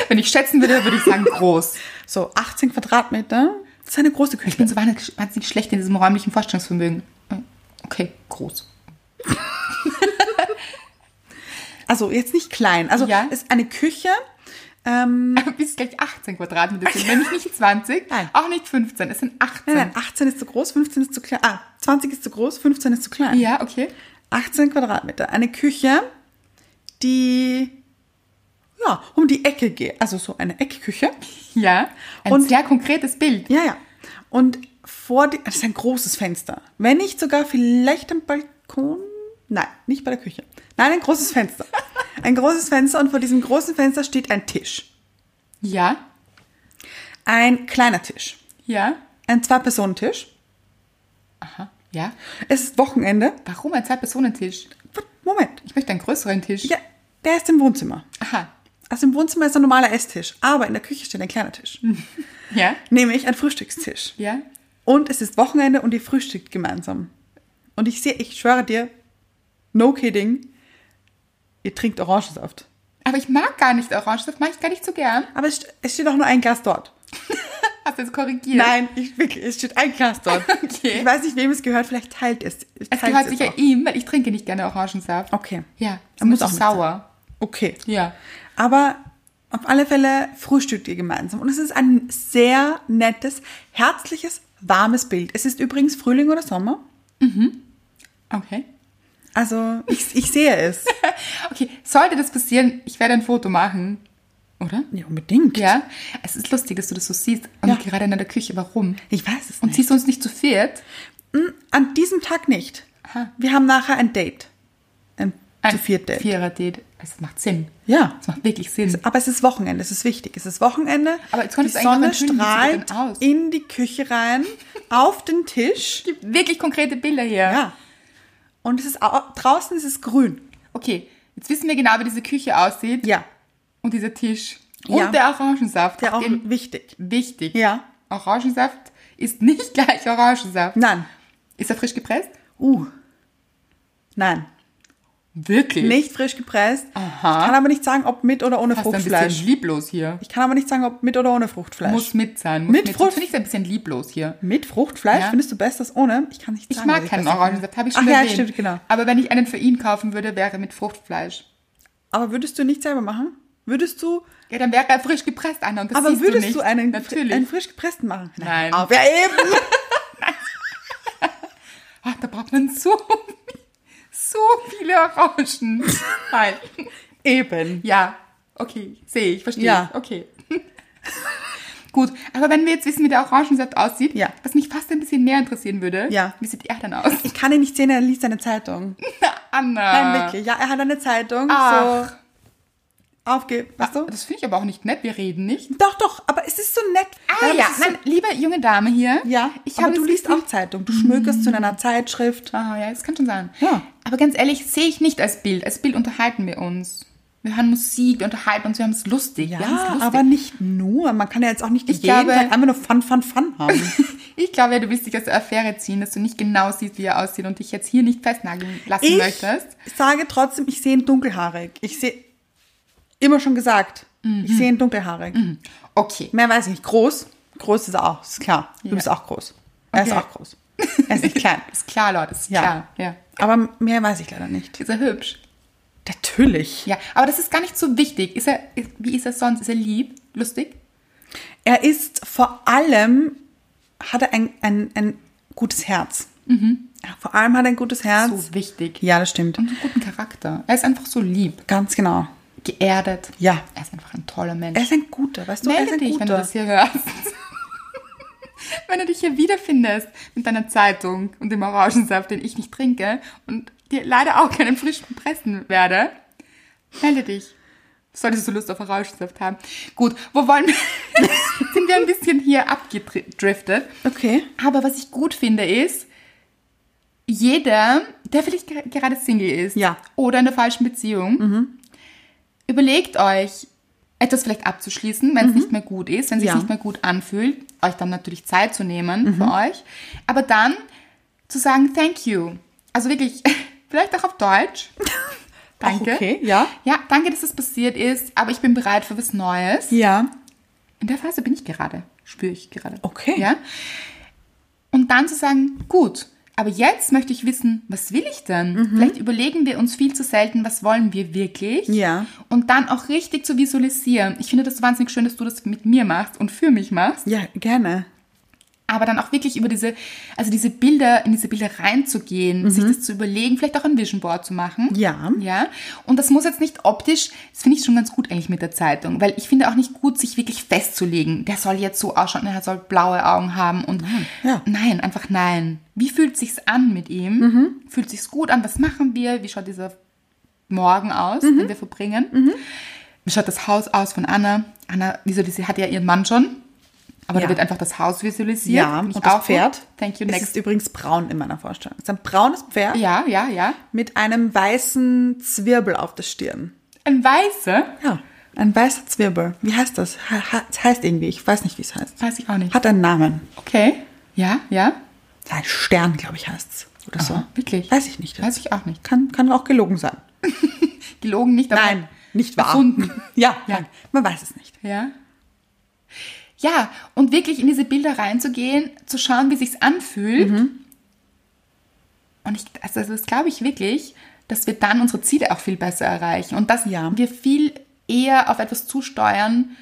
Wenn ich schätzen würde, würde ich sagen groß. so 18 Quadratmeter. Das ist eine große Ich bin Küche. so wahnsinnig wahnsinnig schlecht in diesem räumlichen Vorstellungsvermögen. Okay, groß. [laughs] Also jetzt nicht klein. Also Ja. es ist eine Küche. Ähm, Du bist gleich 18 Quadratmeter, sind nämlich [laughs] nicht 20, Nein. auch nicht 15, es sind 18. nein, nein, 18 ist zu groß, 15 ist zu klein. Ah, 20 ist zu groß, 15 ist zu klein. Ja, okay. 18 Quadratmeter. Eine Küche, die ja, um die Ecke geht. Also so eine Eckküche. Ja, ein Und- sehr konkretes Bild. Ja, ja. Und vor die, das ist ein großes Fenster. Wenn nicht sogar vielleicht am Balkon? Nein, nicht bei der Küche. Nein, ein großes Fenster. Ein großes Fenster und vor diesem großen Fenster steht ein Tisch. Ja, Ein kleiner Tisch. ja, Ein Zwei-Personen-Tisch. ja. Es ist Wochenende. Warum ein Zwei-Personen-Tisch? Moment. Ich möchte einen größeren Tisch. Ja, der ist im Wohnzimmer. Aha, Also im Wohnzimmer ist ein normaler Esstisch, aber in der Küche steht ein kleiner Tisch. ja, Nämlich ein Frühstückstisch. Mhm. ja. Und es ist Wochenende und ihr frühstückt gemeinsam. Und ich sehe, ich schwöre dir, no kidding, ihr trinkt Orangensaft. Aber ich mag gar nicht Orangensaft, mag ich gar nicht so gern. Aber es, st- es steht auch nur ein Glas dort. Hast du jetzt korrigiert? Nein, ich, wirklich, es steht ein Glas dort. [laughs] Okay. Ich weiß nicht, wem es gehört, vielleicht teilt es. Es teilt gehört es sicher auch. ihm, weil ich trinke nicht gerne Orangensaft. Okay. Ja, es Muss muss auch auch nicht sauer. Okay. Ja. Aber auf alle Fälle frühstückt ihr gemeinsam. Und es ist ein sehr nettes, herzliches, warmes Bild. Es ist übrigens Frühling oder Sommer. Okay. Also ich, ich sehe es. Okay, sollte das passieren, ich werde ein Foto machen. Oder? ja, [laughs] unbedingt. Ja. Es ist lustig, dass du das so siehst. Und Ja. gerade in der Küche, warum? Ich weiß es Und nicht. siehst du uns nicht zu viert? An diesem Tag nicht. Aha. Wir haben nachher ein Date. Ein zu viert Date. Vierer-Date. Es macht Sinn. Ja. Es macht wirklich Sinn. Aber es ist Wochenende, es ist wichtig. Es ist Wochenende. Aber jetzt konntest die du eigentlich noch enthüllen, Sonne wie sieht er denn strahlt aus? in die [laughs] Küche rein, auf den Tisch. gibt wirklich konkrete Bilder hier. Ja. Und es ist au- draußen ist es grün. Okay, jetzt wissen wir genau, wie diese Küche aussieht. Ja. Und dieser Tisch. Und Ja. der Orangensaft. Der Auf auch den- wichtig. wichtig. Ja. Orangensaft ist nicht [laughs] gleich Orangensaft. Nein. Ist er frisch gepresst? Uh. Nein. Wirklich? Nicht frisch gepresst. Aha. Ich kann aber nicht sagen, ob mit oder ohne Fast ein bisschen Fruchtfleisch. lieblos hier. Ich kann aber nicht sagen, ob mit oder ohne Fruchtfleisch. Muss mit sein. Muss Mit sein. Frucht- Finde ich ein bisschen lieblos hier. Mit Fruchtfleisch Ja. findest du besser als ohne? Ich kann nicht Ich sagen. was mag keinen besser Orangensaft, finde. habe ich schon Ach, erwähnt. Ja, stimmt, genau. Aber wenn ich einen für ihn kaufen würde, wäre er mit Fruchtfleisch. Aber würdest du nicht selber machen? Würdest du? Ja, dann wäre er frisch gepresst, Anna. Und das aber siehst würdest du, du, nicht. einen, Natürlich. einen frisch gepressten machen? Nein. Auf, ja [laughs] eben. Ach, da braucht man so, [laughs] so viele [laughs] Orangen. Nein. eben. Ja, okay, sehe ich, verstehe Ja. ich. Okay. [laughs] Gut, aber wenn wir jetzt wissen, wie der Orangensaft aussieht, Ja. was mich fast ein bisschen mehr interessieren würde, Ja. wie sieht er dann aus? Ich kann ihn nicht sehen, er liest eine Zeitung. Anna. Nein, wirklich. Ja, er hat eine Zeitung. Ah. Ach. So aufgebe. Weißt du? Ah, Das finde ich aber auch nicht nett. Wir reden nicht. Doch, doch, aber es ist so nett. Ah ja, das ist nein, liebe junge Dame hier. so, ja ich aber habe du das liest Gefühl- auch Zeitung. Du schmökerst zu einer Zeitschrift. Ah ja, das kann schon sein. Ja. Aber ganz ehrlich, sehe ich nicht als Bild. Als Bild unterhalten wir uns. Wir hören Musik, wir unterhalten uns, wir haben es lustig. wir haben es Ja, lustig. aber nicht nur. Man kann ja jetzt auch nicht jeden glaube- Tag einfach nur Fun, Fun, Fun [laughs] haben. [laughs] ich glaube, du willst dich aus der Affäre ziehen, dass du nicht genau siehst, wie er aussieht und dich jetzt hier nicht festnageln lassen ich möchtest. sage trotzdem, ich sehe ihn dunkelhaarig. Ich sehe, immer schon gesagt, ich sehe ihn dunkelhaarig. [laughs] Okay. Mehr weiß ich nicht. Groß, groß ist er auch, ist klar. Ja. Du bist auch groß. Er ist Okay. auch groß. Er [laughs] ist nicht klein. Ist klar, Leute, ist Ja. klar. Ja. Aber mehr weiß ich leider nicht. Ist er hübsch? Natürlich. Ja, aber das ist gar nicht so wichtig. Ist er, ist, wie ist er sonst? Ist er lieb? Lustig? Er ist vor allem, hat er ein, ein, ein gutes Herz. Ja, Vor allem hat er ein gutes Herz. Mhm. So wichtig. Mhm. Ja, das stimmt. Und so einen guten Charakter. Er ist einfach so lieb, Ganz genau. geerdet. Ja. Er ist einfach ein toller Mensch. Er ist ein guter, weißt du? er ist Melde ein dich, wenn du das hier hörst. [laughs] wenn du dich hier wiederfindest mit deiner Zeitung und dem Orangensaft, den ich nicht trinke und dir leider auch keinen frischen pressen werde, melde dich. Solltest du Lust auf Orangensaft haben. Gut, wo wollen wir? sind wir [laughs] ein bisschen hier abgedriftet. Okay. Aber was ich gut finde ist, jeder, der vielleicht ger- gerade Single ist Ja. oder in der falschen Beziehung, überlegt euch, etwas vielleicht abzuschließen, wenn es nicht mehr gut ist, wenn es sich Mhm. Ja. Mhm. nicht mehr gut anfühlt, euch dann natürlich Zeit zu nehmen für euch, aber dann zu sagen, thank you. Also wirklich, [laughs] vielleicht auch auf [laughs] Deutsch. danke. okay, ja. Ja, danke, dass es passiert ist, aber ich bin bereit für was Neues. Ja. In der Phase bin ich gerade, spüre ich gerade. Okay. Ja? Und dann zu sagen, gut, aber jetzt möchte ich wissen, was will ich denn? Mhm. Vielleicht überlegen wir uns viel zu selten, was wollen wir wirklich? Ja. Und dann auch richtig zu visualisieren. Ich finde das wahnsinnig schön, dass du das mit mir machst und für mich machst. Ja, gerne. Aber dann auch wirklich über diese, also diese Bilder, in diese Bilder reinzugehen, sich das zu überlegen, vielleicht auch ein Vision Board zu machen. Mhm. Ja. Ja. Und das muss jetzt nicht optisch, das finde ich schon ganz gut eigentlich mit der Zeitung, weil ich finde auch nicht gut, sich wirklich festzulegen, der soll jetzt so ausschauen, und er soll blaue Augen haben und Ja. nein, einfach nein. Wie fühlt sich's an mit ihm? Mhm. Fühlt sich's gut an? Was machen wir? Wie schaut dieser Morgen aus, Mhm. den wir verbringen? Wie schaut das Haus aus von Anna? Anna visualisiert, hat ja ihren Mann schon. Aber da Ja. wird einfach das Haus visualisiert. Ja, Finde ich und das auch gut. Pferd. Thank you, Es next. ist übrigens braun in meiner Vorstellung. Es ist ein braunes Pferd Ja, ja, ja. mit einem weißen Zwirbel auf der Stirn. Ein Weiße? Ja. Ein weißer Zwirbel. Wie heißt das? Ha- ha- Es heißt irgendwie, ich weiß nicht, wie es heißt. Weiß ich auch nicht. Hat einen Namen. Okay. Ja, ja. Ein Stern, glaube ich, heißt es. Oder so. Aha, wirklich? Weiß ich nicht. Weiß ich auch nicht. Kann, kann auch gelogen sein. Gelogen nicht, aber Nein, nicht wahr. Erfunden. [laughs] Ja, Ja. nein, man weiß es nicht. Ja. Ja, und wirklich in diese Bilder reinzugehen, zu schauen, wie sich's anfühlt. Mhm. Und ich, also das glaube ich wirklich, dass wir dann unsere Ziele auch viel besser erreichen und dass Ja. wir viel eher auf etwas zusteuern,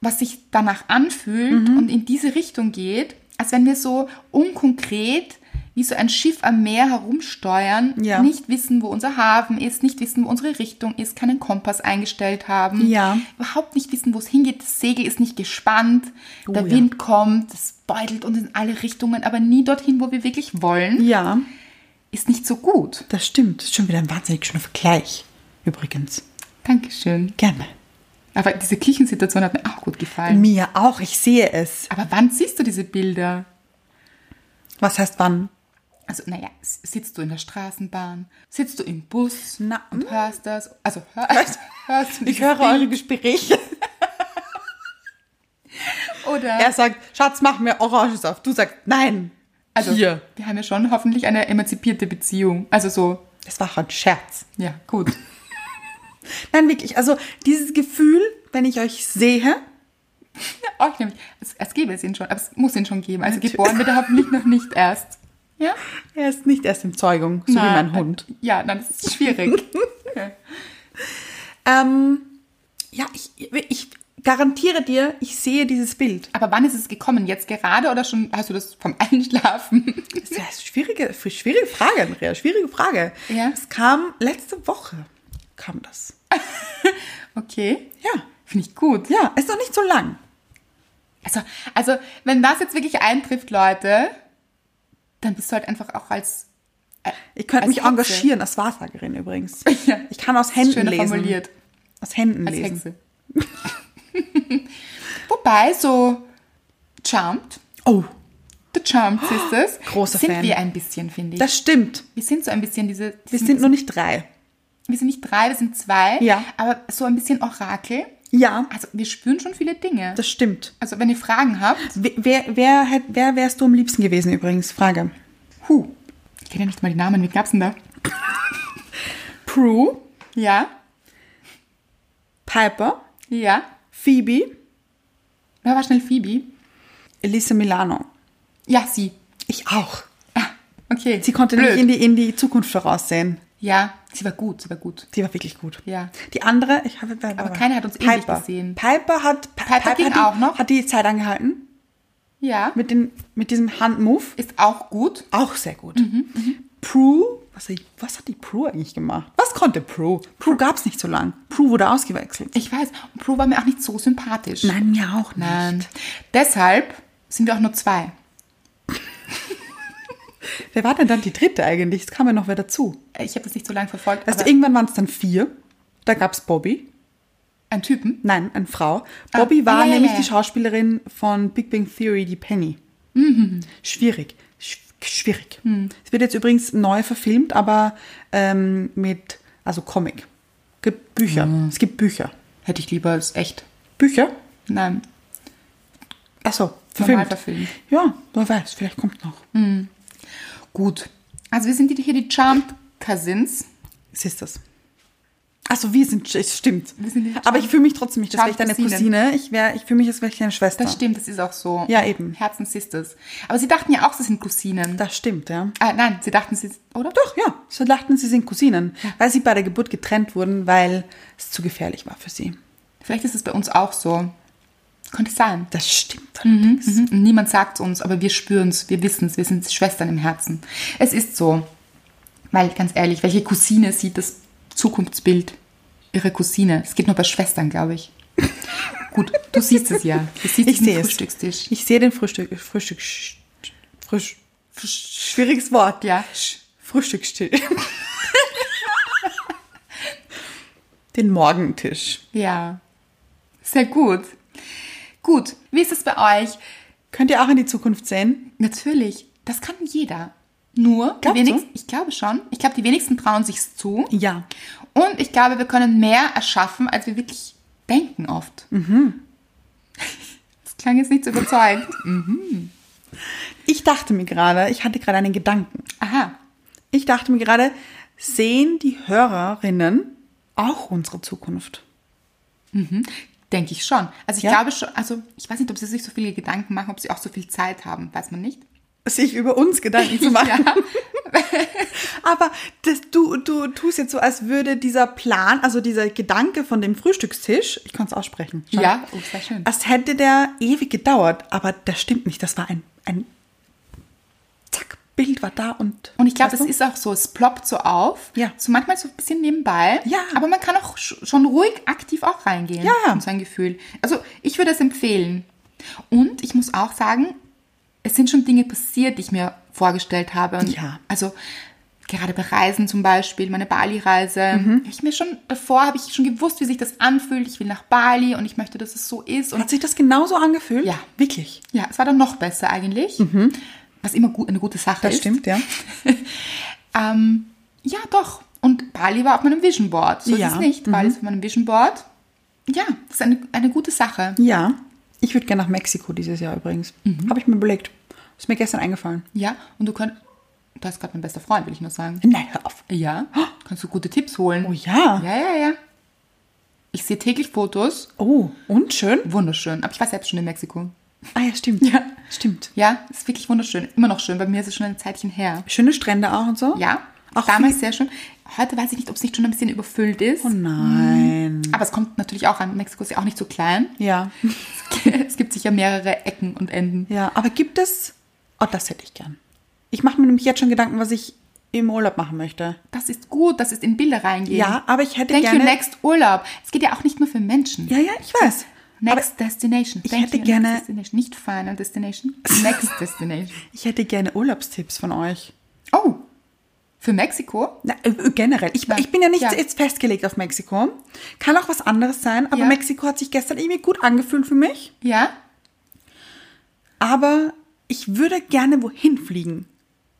was sich danach anfühlt Mhm. und in diese Richtung geht, als wenn wir so unkonkret wie so ein Schiff am Meer herumsteuern, Ja. nicht wissen, wo unser Hafen ist, nicht wissen, wo unsere Richtung ist, keinen Kompass eingestellt haben, Ja. überhaupt nicht wissen, wo es hingeht. Das Segel ist nicht gespannt, Oh, der ja. Wind kommt, es beutelt uns in alle Richtungen, aber nie dorthin, wo wir wirklich wollen, Ja, ist nicht so gut. das stimmt. Das ist schon wieder ein wahnsinnig schöner Vergleich. Übrigens. Dankeschön. Gerne. Aber diese Küchensituation hat mir auch gut gefallen. Mir auch, ich sehe es. Aber wann siehst du diese Bilder? Was heißt wann? Also, naja, s- sitzt du in der Straßenbahn, sitzt du im Bus Na, und mm. hörst das, also hörst, [laughs] hörst du Ich dieses höre Ding eure Gespräche. oder, [laughs] Er sagt, Schatz, mach mir Orangensaft. Du sagst, nein. also, hier. wir haben ja schon hoffentlich eine emanzipierte Beziehung, also so, Das war ein Scherz. ja, gut. Nein, wirklich. Also dieses Gefühl, wenn ich euch sehe, Auch nämlich, Oh, es, es gäbe es ihn schon, aber es muss ihn schon geben, also geboren wird er hoffentlich noch [laughs] nicht erst, ja? er ist nicht erst in Zeugung, so wie mein Na, Hund. äh, Ja, nein, das ist schwierig. [laughs] Ähm, ja, ich, ich garantiere dir, ich sehe dieses Bild. aber wann ist es gekommen, jetzt gerade oder schon, hast du das vom [laughs] Einschlafen? Das ist eine schwierige, schwierige Frage, Andrea. Schwierige Frage. Ja. Es kam letzte Woche, kam das. okay, Ja. finde ich gut. Ja, ist noch nicht so lang. Also, also, wenn das jetzt wirklich eintrifft, Leute, dann bist du halt einfach auch als. Ich könnte Als mich Hexe. engagieren als Wahrsagerin übrigens. [laughs] Ja. Ich kann aus Händen Schöner lesen. formuliert. Aus Händen als lesen. Hexe. [laughs] Wobei, so Charmed, Oh, The [gasps] Charmed Sisters, Großer sind Fan. wir ein bisschen, finde ich. das stimmt. wir sind so ein bisschen diese, Wir sind nur nicht drei. wir sind nicht drei, wir sind zwei, Ja. aber so ein bisschen Orakel. Ja, Also wir spüren schon viele Dinge. das stimmt. also wenn ihr Fragen habt, Wer, wer, wer, hätt- wer wärst du am liebsten gewesen übrigens? Frage. hu, ich kenne ja nicht mal die Namen, wie gab's denn da? Prue, Ja, Piper, ja, Phoebe, da war schnell Phoebe. Elisa Milano. Ja, sie. Ich auch. Ah, okay. Sie konnte Blöd. nicht in die, in die Zukunft voraussehen. Ja, sie war gut, sie war gut. Die war wirklich gut. Ja. Die andere, ich habe wer- Aber wer- keiner hat uns ähnlich gesehen. Piper hat Pi- Piper ging hat die, auch noch. Hat die Zeit angehalten Ja, mit den mit diesem Handmove. ist auch gut. Auch sehr gut. Mhm, Prue, was, hat- was hat die Prue eigentlich gemacht? Was konnte Prue? Prue gab es nicht so lang. Prue wurde ausgewechselt. Ich weiß, und Prue war mir auch nicht so sympathisch. Nein, mir auch nicht. Nein. Deshalb sind wir auch nur zwei. Wer war denn dann die dritte eigentlich? Es kam ja noch wer dazu. Ich habe das nicht so lange verfolgt. Also aber irgendwann waren es dann vier. Da gab es Bobby. ein Typen. Nein, eine Frau. Ah, Bobby war ja, ja, nämlich ja. die Schauspielerin von Big Bang Theory, die Penny. Mhm. Schwierig. Sch schwierig. Hm. Es wird jetzt übrigens neu verfilmt, aber ähm, mit, also Comic. Gibt Bücher. Hm. Es gibt Bücher. Hätte ich lieber als echt. Bücher? Nein. Achso, Normal verfilmt. verfilmt. Hm. Ja, wer weiß, vielleicht kommt noch. Gut. Also wir sind die- hier die Charmed Cousins. Es ist das. Also wir sind, es stimmt. sind die aber ich fühle mich trotzdem nicht, als wäre ich deine Charme-Cousinen. Cousine. Ich, wär, ich fühle mich, als wäre ich deine Schwester. Das stimmt, das ist auch so. Ja, eben. Herzenssisters. Aber sie dachten ja auch, sie sind Cousinen. Das stimmt, ja. ah, nein, sie dachten, sie oder? Doch, ja. So dachten sie sind Cousinen, weil sie bei der Geburt getrennt wurden, weil es zu gefährlich war für sie. Vielleicht ist es bei uns auch so. Könnte sein. Das stimmt halt. allerdings. Mhm. Und Niemand sagt uns, aber wir spüren es, wir wissen es, wir sind Schwestern im Herzen. Es ist so. Weil, ganz ehrlich, welche Cousine sieht das Zukunftsbild ihrer Cousine? Es geht nur bei Schwestern, glaube [laughs] ich. Gut, du siehst es ja. Du siehst Ich es sehe am es. Frühstückstisch. Ich sehe den Frühstück. Frühstück. Sch, frisch, frisch, schwieriges Wort. Ja. Sch, Frühstückstisch. den Morgentisch. Ja. Sehr gut. Gut, wie ist es bei euch? Könnt ihr auch in die Zukunft sehen? Natürlich, das kann jeder. Nur, die Glaubst du? wenigsten, ich glaube schon. Ich glaube, die wenigsten trauen sich's zu. Ja. Und ich glaube, wir können mehr erschaffen, als wir wirklich denken oft. Mhm. [laughs] Das klang jetzt nicht so [laughs] überzeugend. Ich dachte mir gerade, ich hatte gerade einen Gedanken. Aha. Ich dachte mir gerade, sehen die Hörerinnen auch unsere Zukunft? Denke ich schon. Also ich Ja? glaube schon, also ich weiß nicht, ob sie sich so viele Gedanken machen, ob sie auch so viel Zeit haben, weiß man nicht. sich über [laughs] uns Gedanken zu machen. Aber das, du, du tust jetzt so, als würde dieser Plan, also dieser Gedanke von dem Frühstückstisch, ich kann es aussprechen. schau. Ja, oh, sehr schön. Als hätte der ewig gedauert, aber das stimmt nicht. Das war ein, ein Zack, Bild war da und. Und ich glaube, es weißt du? ist auch so, es ploppt so auf. Ja. So manchmal so ein bisschen nebenbei. Ja. Aber man kann auch sch- schon ruhig aktiv auch reingehen. Ja, ja. In sein Gefühl. Also ich würde es empfehlen. Und ich muss auch sagen, es sind schon Dinge passiert, die ich mir vorgestellt habe. Und Ja. Also gerade bei Reisen zum Beispiel, meine Bali-Reise. Mhm. Ich mir schon, davor habe ich schon gewusst, wie sich das anfühlt. Ich will nach Bali und ich möchte, dass es so ist. Und Hat sich das genauso angefühlt? Ja. Wirklich. ja, es war dann noch besser eigentlich. Was immer gut, eine gute Sache Mhm. Das ist. stimmt, ja. Ähm, ja, doch. Und Bali war auf meinem Vision Board. So Ja. mhm. ist es nicht. Bali ist auf meinem Vision Board. Ja, das ist eine, eine gute Sache. Ja. Ich würde gerne nach Mexiko dieses Jahr übrigens. Mhm. Habe ich mir überlegt. Ist mir gestern eingefallen. Ja, und du kannst. Da ist gerade mein bester Freund, will ich nur sagen. Nein, hör auf. Ja, kannst du gute Tipps holen. Oh ja. Ja, ja, ja. Ich sehe täglich Fotos. Oh, und schön? Wunderschön. Aber ich war selbst schon in Mexiko. Ah ja, stimmt. Ja. Stimmt. Ja, ist wirklich wunderschön. Immer noch schön. Bei mir ist es schon ein Zeitchen her. Schöne Strände auch und so? Ja, Auch damals sehr schön. Heute weiß ich nicht, ob es nicht schon ein bisschen überfüllt ist. Oh nein. Aber es kommt natürlich auch an. Mexiko ist ja auch nicht so klein. [laughs] Ja. es gibt sicher mehrere Ecken und Enden. Ja, aber gibt es. Oh, das hätte ich gern. Ich mache mir nämlich jetzt schon Gedanken, was ich im Urlaub machen möchte. Das ist gut, das ist in Bilder reingehen. Ja, aber ich hätte Thank gerne. you next Urlaub. Es geht ja auch nicht nur für Menschen. Ja, ja, ich weiß. Next Destination. ich Thank hätte you gerne- Next Destination. Nicht Final [laughs] Destination. Next Destination. Ich hätte gerne Urlaubstipps von euch. Oh, Für Mexiko? Na, äh, generell. Ich, Ja. ich bin ja nicht Ja. jetzt festgelegt auf Mexiko. Kann auch was anderes sein, aber Ja. Mexiko hat sich gestern irgendwie gut angefühlt für mich. Ja? Aber ich würde gerne wohin fliegen.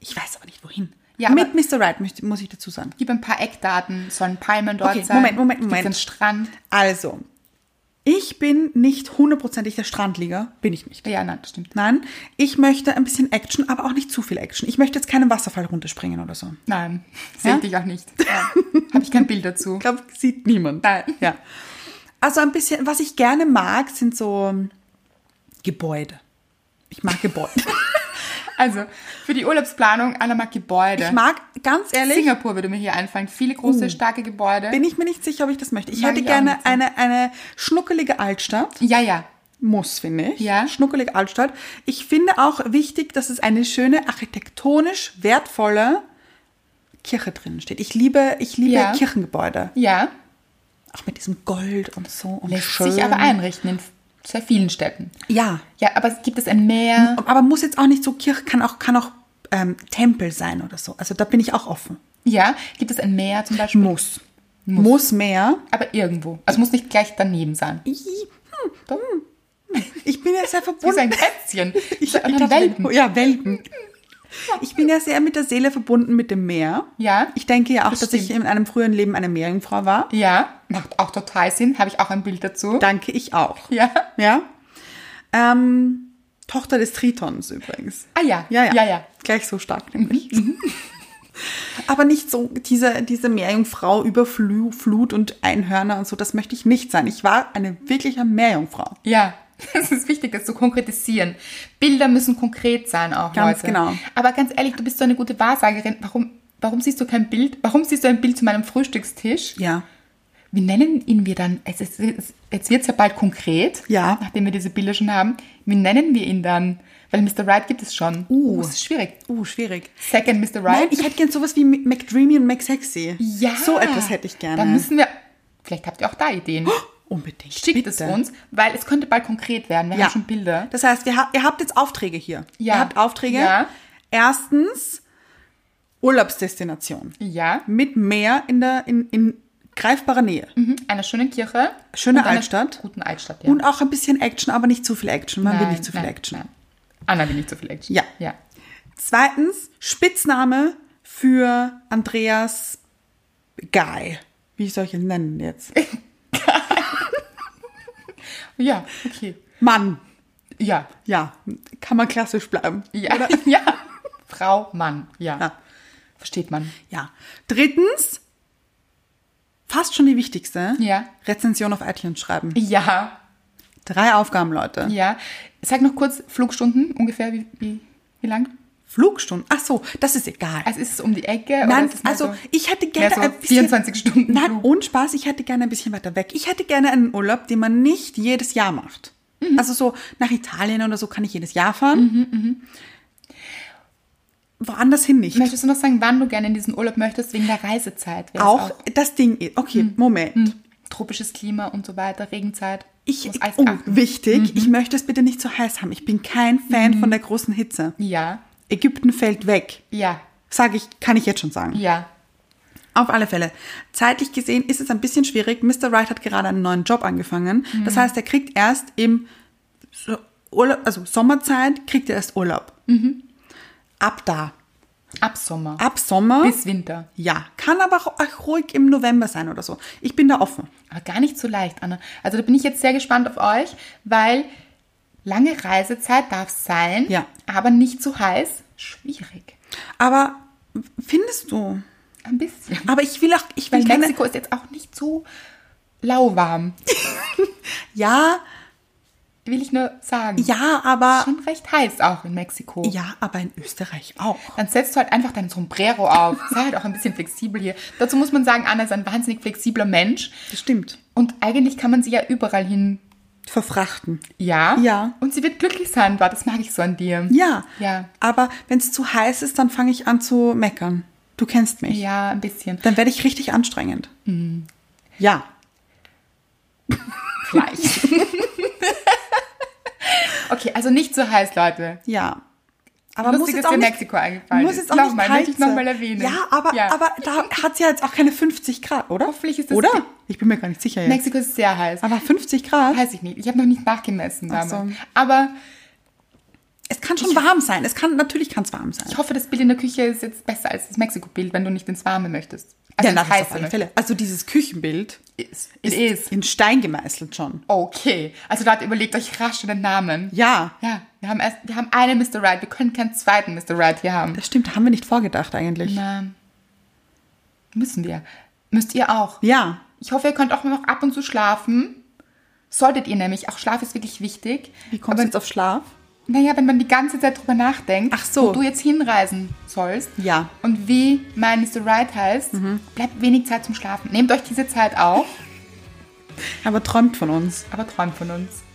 Ich weiß aber nicht wohin. Ja, Mit Mr. Right möchte- muss ich dazu sagen. Gib ein paar Eckdaten. Sollen Palmen dort Okay, sein? Moment, Moment, Gibt's Moment. einen Strand? Also, ich bin nicht hundertprozentig der Strandlieger. Bin ich nicht. Ja, nein, das stimmt. Nein, ich möchte ein bisschen Action, aber auch nicht zu viel Action. Ich möchte jetzt keinen Wasserfall runterspringen oder so. Nein, [laughs] sehe Ja? ich dich auch nicht. [laughs] Ja. Habe ich kein Bild dazu. Ich glaube, sieht niemand. Nein. Ja. Also ein bisschen, was ich gerne mag, sind so Gebäude. Ich mag Gebäude. Also, für die Urlaubsplanung, Anna mag Gebäude. Ich mag, ganz ehrlich, Singapur würde mir hier einfallen. Viele große, starke Gebäude. bin ich mir nicht sicher, ob ich das möchte. Ich Mag hätte ich auch gerne nicht so. eine, eine schnuckelige Altstadt. ja, ja. Muss, finde ich. Ja. Schnuckelige Altstadt. Ich finde auch wichtig, dass es eine schöne, architektonisch wertvolle Kirche drin steht. Ich liebe, ich liebe Ja. Kirchengebäude. Ja. Auch mit diesem Gold und so und Lässt schön. sich aber einrichten in sehr vielen Städten. Ja. Ja, aber es gibt es ein Meer? Aber muss jetzt auch nicht so Kirche, kann auch, kann auch ähm, Tempel sein oder so. Also da bin ich auch offen. Ja, gibt es ein Meer zum Beispiel? Muss. Muss, Muss mehr. Aber irgendwo. Also es muss nicht gleich daneben sein. Ih, Doch. Ich bin ja sehr Wie so ein verbunden. Kätzchen. [laughs] Ich, So, und ich dann dachte, Welpen. Ja, Welpen. Ich bin ja sehr mit der Seele verbunden mit dem Meer. Ja. Ich denke ja auch, Das dass ich in einem früheren Leben eine Meerjungfrau war. Ja, macht auch total Sinn. Habe ich auch ein Bild dazu. Danke, ich auch. Ja. Ja. Ähm, Tochter des Tritons übrigens. Ah ja. Ja, ja. Ja, ja. Mhm, Gleich so stark nämlich. [laughs] Aber nicht so diese, diese Meerjungfrau über Flu, Flut und Einhörner und so, das möchte ich nicht sein. Ich war eine wirkliche Meerjungfrau. Ja, [laughs] es ist wichtig, das zu konkretisieren. Bilder müssen konkret sein auch, Ganz Leute. genau. Aber ganz ehrlich, du bist so eine gute Wahrsagerin. Warum, warum siehst du kein Bild? Warum siehst du ein Bild zu meinem Frühstückstisch? Ja. Wie nennen ihn wir dann? Es ist, es, jetzt wird es ja bald konkret. Ja. Nachdem wir diese Bilder schon haben. Wie nennen wir ihn dann? Weil Mr. Right gibt es schon. Oh, Uh. Das ist schwierig. Uh, schwierig. Second Mr. Nein, Right. ich hätte gern sowas wie McDreamy und McSexy. ja. So etwas hätte ich gerne. Oh, Dann müssen wir, vielleicht habt ihr auch da Ideen. Unbedingt. Schickt es uns, weil es könnte bald konkret werden. Wir Ja. haben schon Bilder. Das heißt, wir ha ihr habt jetzt Aufträge hier. Ja. Ihr habt Aufträge. Ja. Erstens, Urlaubsdestination. Ja. Mit Meer in, der, in, in greifbarer Nähe. Mhm, einer schönen Kirche. Schöne und einer Altstadt. Guten Altstadt, ja. Und auch ein bisschen Action, aber nicht zu viel Action. Man will nicht zu viel nein, Action. Nein. Anna will nicht zu viel Action. Ja. ja. Zweitens, Spitzname für Andreas Guy. Wie soll ich ihn nennen jetzt? Ja, okay. Mann. Ja, Ja, kann man klassisch bleiben. ja, [laughs] ja. Frau, Mann, ja. Ja. Versteht man. Ja. Drittens, fast schon die wichtigste, Ja. Rezension auf iTunes schreiben. Ja, Drei Aufgaben, Leute. ja. Sag noch kurz Flugstunden ungefähr, wie, wie, wie lang? Flugstunden. Ach so, das ist egal. Also ist es um die Ecke? oder Nein, ist es mehr also so, ich hätte gerne mehr so ein bisschen 24 Stunden Nein, Flug. und Spaß, ich hätte gerne ein bisschen weiter weg. Ich hätte gerne einen Urlaub, den man nicht jedes Jahr macht. Mhm. Also so nach Italien oder so kann ich jedes Jahr fahren. Woanders hin nicht. mhm. Möchtest du noch sagen, wann du gerne in diesen Urlaub möchtest, wegen der Reisezeit? Wär's auch, das Ding ist, okay, Mhm. Moment. tropisches Klima und so weiter, Regenzeit. Ich, Muss alles oh, achten. Mhm. wichtig, ich möchte es bitte nicht zu heiß haben. Ich bin kein Fan von der großen Hitze. Ja, Ägypten fällt weg. ja, Sag ich, kann ich jetzt schon sagen. ja. Auf alle Fälle. Zeitlich gesehen ist es ein bisschen schwierig. Mr. Wright hat gerade einen neuen Job angefangen. Das Mhm. heißt, er kriegt erst im So- Urlaub, also Sommerzeit kriegt er erst Urlaub. Mhm. Ab da. Ab Sommer. Ab Sommer. Bis Winter. ja, kann aber auch- auch ruhig im November sein oder so. Ich bin da offen. Aber gar nicht so leicht, Anna. Also da bin ich jetzt sehr gespannt auf euch, weil lange Reisezeit darf sein, Ja. aber nicht zu heiß. Schwierig. Aber findest du? Ein bisschen. Aber ich will auch, ich will Weil keine, Mexiko ist jetzt auch nicht so lauwarm. ja, Will ich nur sagen. ja, aber, Schon recht heiß auch in Mexiko. ja, aber in Österreich auch. Dann setzt du halt einfach dein Sombrero auf. Sei halt auch ein bisschen flexibel hier. Dazu muss man sagen, Anna ist ein wahnsinnig flexibler Mensch. Das stimmt. Und eigentlich kann man sie ja überall hin. Verfrachten. Ja. Ja. Und sie wird glücklich sein, Boah, das mag ich so an dir. Ja. Ja. Aber wenn es zu heiß ist, dann fange ich an zu meckern. Du kennst mich. Ja, Mhm. ein bisschen. Dann werde ich richtig anstrengend. Ja. [laughs] gleich. okay, also nicht so heiß, Leute. [laughs] Ja. Aber muss Lustig jetzt ist auch mir nicht, Mexiko eingefallen. Muss jetzt auch Nochmal, nicht möchte ich kalt nochmal sein. erwähnen. Ja, aber, Ja. aber da hat es ja jetzt auch keine 50 Grad, oder? Hoffentlich ist das- Oder? Ich bin mir gar nicht sicher jetzt. Mexiko ist sehr heiß. Aber 50 Grad? Weiß ich nicht. Ich habe noch nicht nachgemessen Ach damals. so. Aber Es kann schon warm sein. Es kann, natürlich kann es warm sein. ich hoffe, das Bild in der Küche ist jetzt besser als das Mexiko-Bild, wenn du nicht ins Warme möchtest. ja, ins na, das auf Heiße alle Fälle. Also dieses Küchenbild möchtest. ne? It ist, is. in Stein gemeißelt schon. Okay. Also Leute, überlegt euch rasch einen Namen. Ja. Ja, wir haben, erst, wir haben einen Mr. Right. Wir können keinen zweiten Mr. Right hier haben. Das stimmt, da haben wir nicht vorgedacht eigentlich. Na, müssen wir. Müsst ihr auch. Ja. Ich hoffe, ihr könnt auch noch ab und zu schlafen. Solltet ihr nämlich. Auch Schlaf ist wirklich wichtig. Wie kommst du jetzt auf Schlaf? Naja, wenn man die ganze Zeit drüber nachdenkt, Ach so. wo du jetzt hinreisen sollst Ja. Mhm. und wie mein Mr. Right heißt, bleibt wenig Zeit zum Schlafen. Nehmt euch diese Zeit auf, Aber träumt von uns. aber träumt von uns.